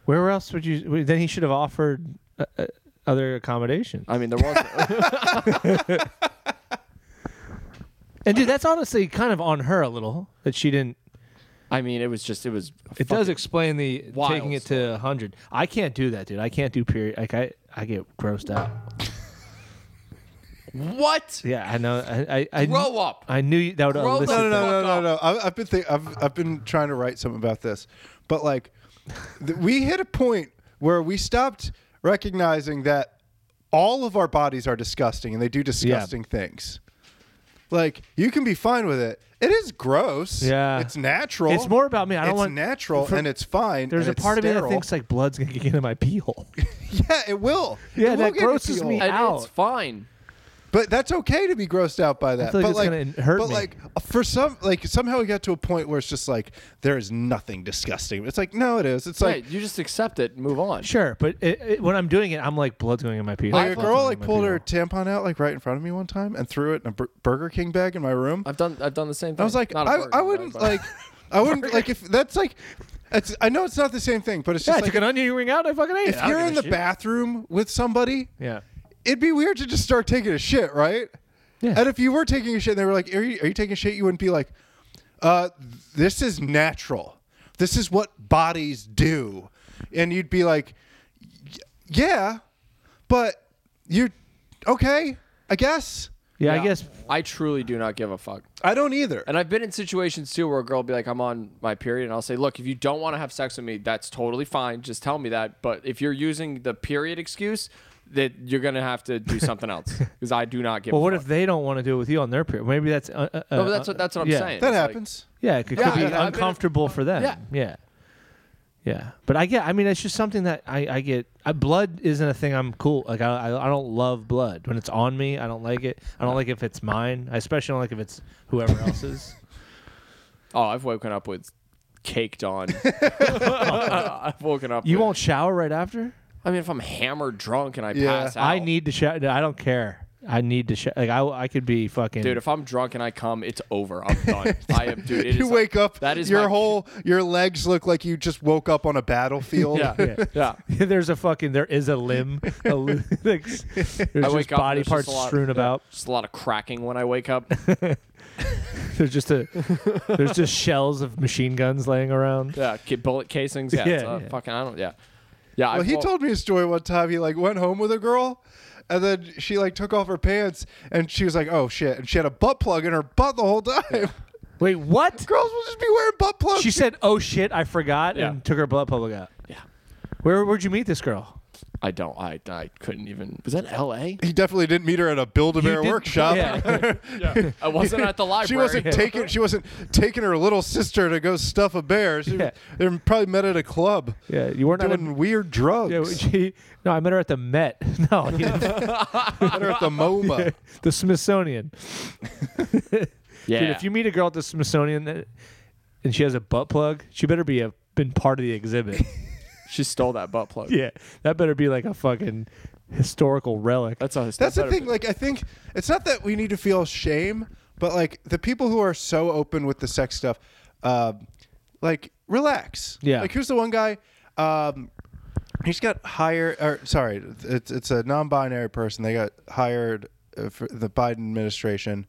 Where else would you? Then he should have offered. Uh, uh, other accommodations. I mean, there was. And dude, that's honestly kind of on her a little that she didn't. I mean, it was just it was. a It does fucking- explain the wild taking it to hundred. I can't do that, dude. I can't do period. Like I, I get grossed out. what? Yeah, I know. I, I, I Grow up. I knew you- that would oh, Grow elicit the no, no, that. no, fuck no, no, up. no. I, I've been think, I've I've been trying to write something about this, but like, th- we hit a point where we stopped recognizing that all of our bodies are disgusting and they do disgusting things. Like you can be fine with it. It is gross. Yeah. it's natural. It's more about me. I don't it's want- natural for- and it's fine. There's and a part it's of me that sterile. thinks like blood's gonna get into my pee hole. yeah, it will. Yeah, It will that get into grosses you. me And Out. it's fine. But that's okay to be grossed out by that. feel like but it's like, gonna hurt but me. like for some, like somehow we got to a point where it's just like there is nothing disgusting. It's like no, it is. It's like right, you just accept it and move on. sure, but it, it, when I'm doing it, I'm like blood's going in my pee hole. like a blood's girl going like in my pulled pee her hole. tampon out like right in front of me one time and threw it in a bur- Burger King bag in my room. I've done I've done the same thing. I was like, Not a I, burger, I wouldn't but- like, I wouldn't like if that's like, it's. I know it's not the same thing, but it's Yeah, I just like took an onion ring out. and I fucking ate. it. if I don't you're give in a the shit. bathroom with somebody, yeah, it'd be weird to just start taking a shit, right? Yeah. And if you were taking a shit and they were like, Are you, are you taking a shit? You wouldn't be like, uh, This is natural. This is what bodies do. And you'd be like, "Y- Yeah, but you're okay, I guess. yeah, Yeah. I guess I truly do not give a fuck. I don't either. And I've been in situations too where a girl will be like, I'm on my period. And I'll say, look, if you don't want to have sex with me, that's totally fine. Just tell me that. But if you're using the period excuse, that you're going to have to do something else because I do not give Well, a what fuck. if they don't want to do it with you on their period? Maybe that's uh, uh, No, uh, but that's what, that's what I'm yeah. saying. that It's like- happens. yeah, it could, Yeah, could be I've been- uncomfortable for them. Yeah. yeah, yeah. But I get. I mean, it's just something that I, I get. I, blood isn't a thing. I'm cool. Like I, I I don't love blood when it's on me. I don't like it. I don't like if it's mine. I especially don't like if it's whoever else's. oh, I've woken up with caked on. I've woken up. You with- won't shower right after. I mean, if I'm hammered drunk and I Yeah. pass out. I need to shower. I don't care. I need to shower. Like I, I could be fucking. Dude, if I'm drunk and I come, it's over. I'm done. I am, dude. It You is- wake up, That is your my- whole, your legs look like you just woke up on a battlefield. Yeah, Yeah. yeah. there's a fucking. There is a limb. A, li- like, s- there's just wake up and body there's just parts a lot- strewn about. Just a lot of cracking when I wake up. There's just a there's just shells of machine guns laying around. Yeah, ki- bullet casings. Yeah, Yeah, it's, uh, yeah. fucking. I don't. Yeah, yeah. I, Well, he well, told me a story one time. He like went home with a girl, and then she like took off her pants, and she was like, "Oh shit!" And she had a butt plug in her butt the whole time. Wait, what? Girls will just be wearing butt plugs. She said, "Oh shit, I forgot," Yeah. and took her blood public out. Yeah. Where where'd you meet this girl? I don't. I I couldn't even. Was that L.A.? he definitely didn't meet her at a build a You bear did- workshop. yeah. Yeah, I wasn't at the library. She wasn't taking. She wasn't taking her little sister to go stuff a bear. She Yeah. they probably met at a club, yeah, you weren't at doing a, weird drugs. yeah, she, No, I met her at the Met. No, you didn't. met her at the MoMA. the Smithsonian. Yeah. Dude, if you meet a girl at the Smithsonian that, and she has a butt plug, she better be a been part of the exhibit. she stole that butt plug. yeah, that better be like a fucking historical relic. That's a. That's the thing. Like, I think it's not that we need to feel shame, but like the people who are so open with the sex stuff, uh, like, relax. Yeah. Like, here's the one guy. Um, he's got hired. Or sorry, it's it's a non-binary person. They got hired uh, for the Biden administration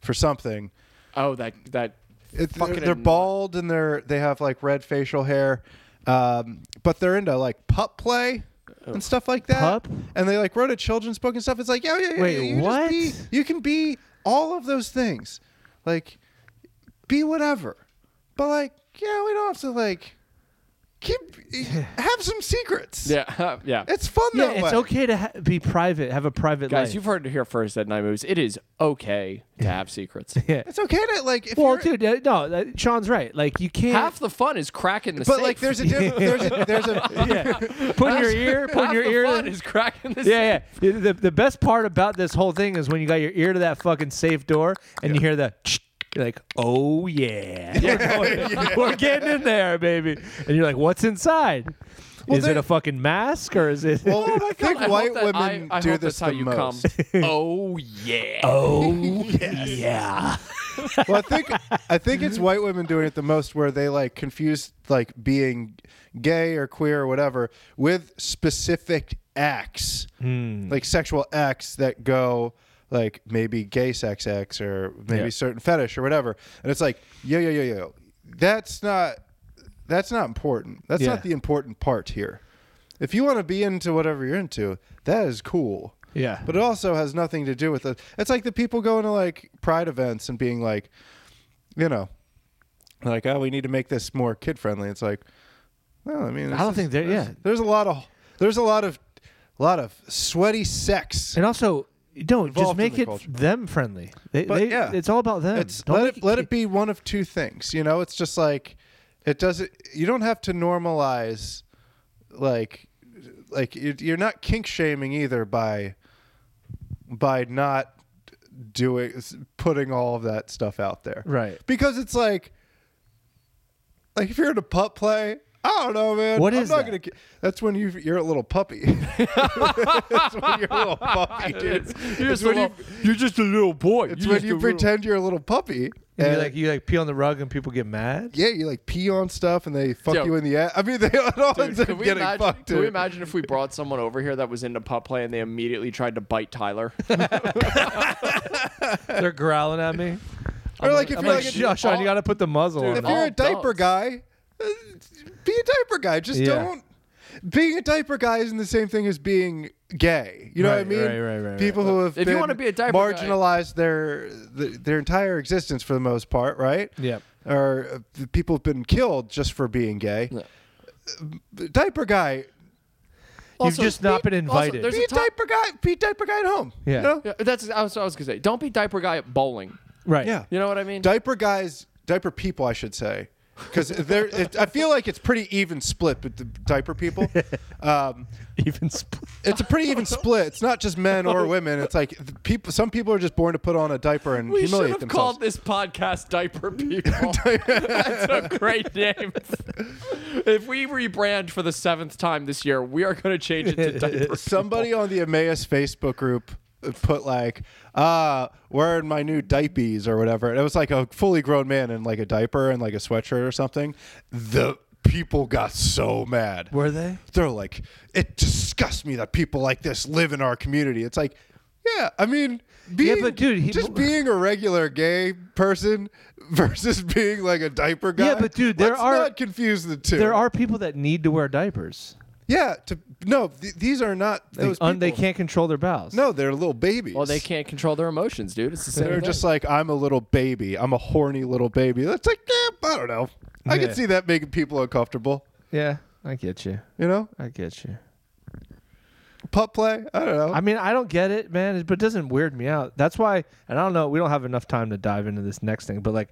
for something. oh, that that. It, they're, Fucking they're anno- bald and they're they have like red facial hair, um, but they're into like pup play Oh. and stuff like that. Pup? And they like wrote a children's book and stuff. It's like, yeah, yeah, yeah. Wait, you just what? be- you can be all of those things, like be whatever. But like, yeah, we don't have to like keep have some secrets. Yeah. Yeah. it's fun yeah, that it's way. okay to ha- be private, have a private Guys, life. you've heard it here first at Night Moves. It is okay to have secrets. yeah. It's okay to like if Well, you're, dude, uh, no, that, Sean's right. Like you can't Half the fun is cracking the But safe. like, there's a diff- there's a there's a put in your ear, put in Half your the ear. fun to- is cracking the safe. yeah, yeah. The, the best part about this whole thing is when you got your ear to that fucking safe door and you hear the. You're like, oh yeah, We're, going- we're getting in there, baby. And you're like, what's inside? is it they- a fucking mask or is it? well, I think Oh I hope white that- I- women I do hope this that's how the you most. come. oh yeah. oh yeah. well, I think I think it's white women doing it the most, where they like confuse like being gay or queer or whatever with specific acts, Hmm. like sexual acts that go like maybe gay sex acts or maybe Yeah. certain fetish or whatever. And it's like, yo, yo, yo, yo, that's not that's not important. That's Yeah. not the important part here. If you want to be into whatever you're into, that is cool. Yeah. But it also has nothing to do with it. It's like the people going to like pride events and being like, you know, like, oh, we need to make this more kid friendly. It's like, well, I mean, I don't think there. Yeah, there's a lot of there's a lot of lot of sweaty sex. and also don't just Involved in make the it culture. them friendly. They, But, they- yeah. it's all about them. It's Don't let make it, let it be one of two things. You know, it's just like it doesn't. You don't have to normalize like like you- you're not kink shaming either by by not doing putting all of that stuff out there. Right. Because it's like like if you're in a pup play, I don't know, man. What I'm is not that? gonna ki- That's when you you're a little puppy. that's when you're a little puppy, dude. You're, It's just a when you- little, you're just a little boy. It's You're when just you a little- pretend you're a little puppy. And you and- like you like pee on the rug and people get mad. yeah, you like pee on stuff and they fuck Yo. you in the ass. I mean, they it all Dude, ends up can, we getting imagine, fucked. can we dude. imagine if we brought someone over here that was into pup play and they immediately tried to bite Tyler? They're growling at me. Or like if I'm you're like, like, "Sh- Sean, you got to put the muzzle Dude, on. if that." you're a All diaper adults. guy, uh, be a diaper guy. Just Yeah. don't. Being a diaper guy isn't the same thing as being gay. You know Right, what I mean? right, right, right, right. People who have If you been wanna be a diaper guy- marginalized their th- their entire existence for the most part, right? Yep. Or uh, the people have been killed just for being gay. Yeah. Uh, Diaper guy, You've just not been invited. there's be a a top- diaper guy. Be a diaper guy at home. Yeah. You know? Yeah, that's I was, I was gonna say. Don't be diaper guy at bowling. right. Yeah. You know what I mean? diaper guys, diaper people, I should say, because there. It, I feel like it's pretty even split, but the diaper people, um, Even split. it's a pretty even split. It's not just men or women. It's like the people. Some people are just born to put on a diaper and we should humiliate have themselves. called this podcast "Diaper People." that's a great name. if we rebrand for the seventh time this year, we are going to change it to "Diaper." Somebody on the Emmaus Facebook group put like, ah, wearing my new diapies or whatever. And it was like a fully grown man in like a diaper and like a sweatshirt or something. The people got so mad. Were they? they're like, it disgusts me that people like this live in our community. It's like, yeah, I mean, being, but dude, he- just being a regular gay person versus being like a diaper guy. Yeah, but dude, there let's are- not confuse the two. There are people that need to wear diapers. yeah. To, no, th- these are not They, those. un- they people. can't control their bowels. No, they're little babies. Well, they can't control their emotions, dude. It's the same. They're thing. just like, I'm a little baby. I'm a horny little baby. That's like, eh, I don't know. I Yeah. can see that making people uncomfortable. Yeah, I get you. You know, I get you. pup play. I don't know. I mean, I don't get it, man, but it doesn't weird me out. That's why, and I don't know, we don't have enough time to dive into this next thing, but like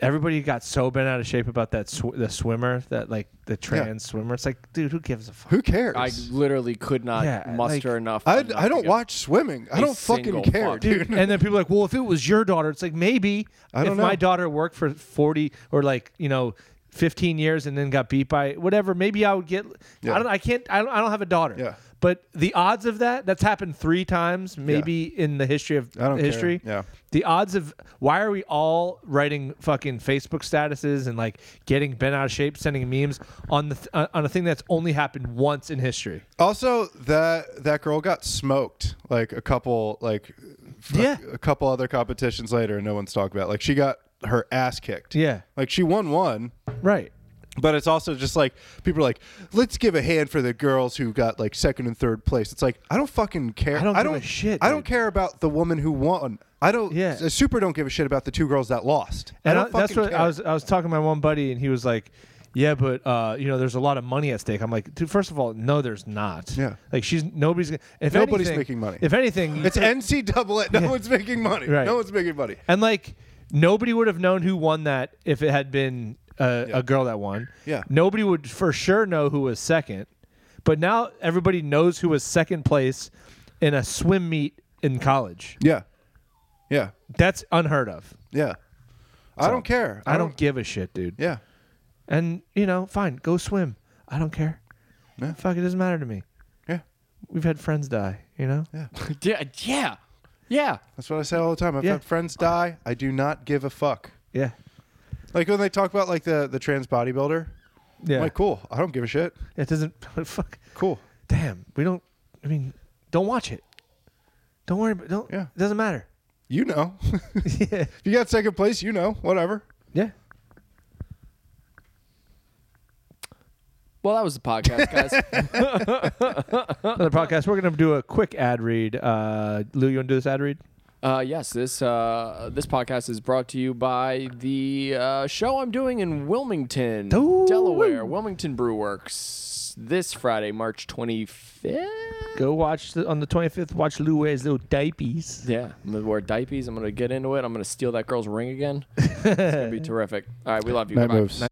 everybody got so bent out of shape about that sw- the swimmer, that like the trans swimmer. It's like, dude, who gives a fuck? Who cares? I literally could not Yeah, like- muster enough. I, Um, enough I to don't go- watch swimming. I a don't single fucking care, fuck. dude. and then people are like, well, if it was your daughter, it's like maybe I if don't my know. daughter worked for forty or like you know fifteen years and then got beat by whatever, maybe I would get. Yeah. I don't. I can't. I don't, I don't have a daughter. Yeah. But the odds of that, that's happened three times, maybe in the history of I don't the care. history. Yeah. The odds of why are we all writing fucking Facebook statuses and like getting bent out of shape, sending memes on the th- uh, on a thing that's only happened once in history. Also, that that girl got smoked like a couple like f- Yeah. a couple other competitions later, and no one's talking about. it. Like she got her ass kicked. Yeah. like she won one, Right. but it's also just like people are like, let's give a hand for the girls who got like second and third place. It's like I don't fucking care. I don't I give a don't shit, I don't dude. care about the woman who won. I don't. Yeah. I super don't give a shit about the two girls that lost. I And don't I that's fucking what care. I was. I was talking to my one buddy, and he was like, "Yeah, but uh, you know, there's a lot of money at stake." I'm like, "Dude, first of all, no, there's not. Yeah. like she's nobody's. gonna- If Nobody's anything- making money. If anything, It's NCAA. No one's making money. Right. No one's making money. and like nobody would have known who won that if it had been a, a girl that won. Yeah. nobody would for sure know who was second, but now everybody knows who was second place in a swim meet in college. Yeah. Yeah. That's unheard of. Yeah. I don't care. I don't give a shit, dude. Yeah. And you know, fine, go swim. I don't care. Yeah. Fuck, it doesn't matter to me. Yeah. We've had friends die, you know. Yeah, yeah, yeah. That's what I say all the time. I've Yeah. had friends die. I do not give a fuck. Yeah, Like when they talk about like the the trans bodybuilder. yeah. I'm like, cool. I don't give a shit. It doesn't. Fuck. Cool. damn, we don't. I mean, don't watch it. Don't worry. About, don't. Yeah. It doesn't matter. You know, if yeah. you got second place, you know, whatever. Yeah. Well, that was the podcast, guys. Another podcast. We're gonna do a quick ad read. Uh, Lou, you want to do this ad read? Uh, yes, this uh, this podcast is brought to you by the uh, show I'm doing in Wilmington, Ooh. Delaware, Wilmington Brew Works, this Friday, March 25th. Go watch the, on the 25th. Watch Lou wears little diapies. Yeah, I'm gonna wear diapers. I'm gonna get into it. I'm gonna steal that girl's ring again. It's gonna be terrific. All right, we love you. Goodbye. moves.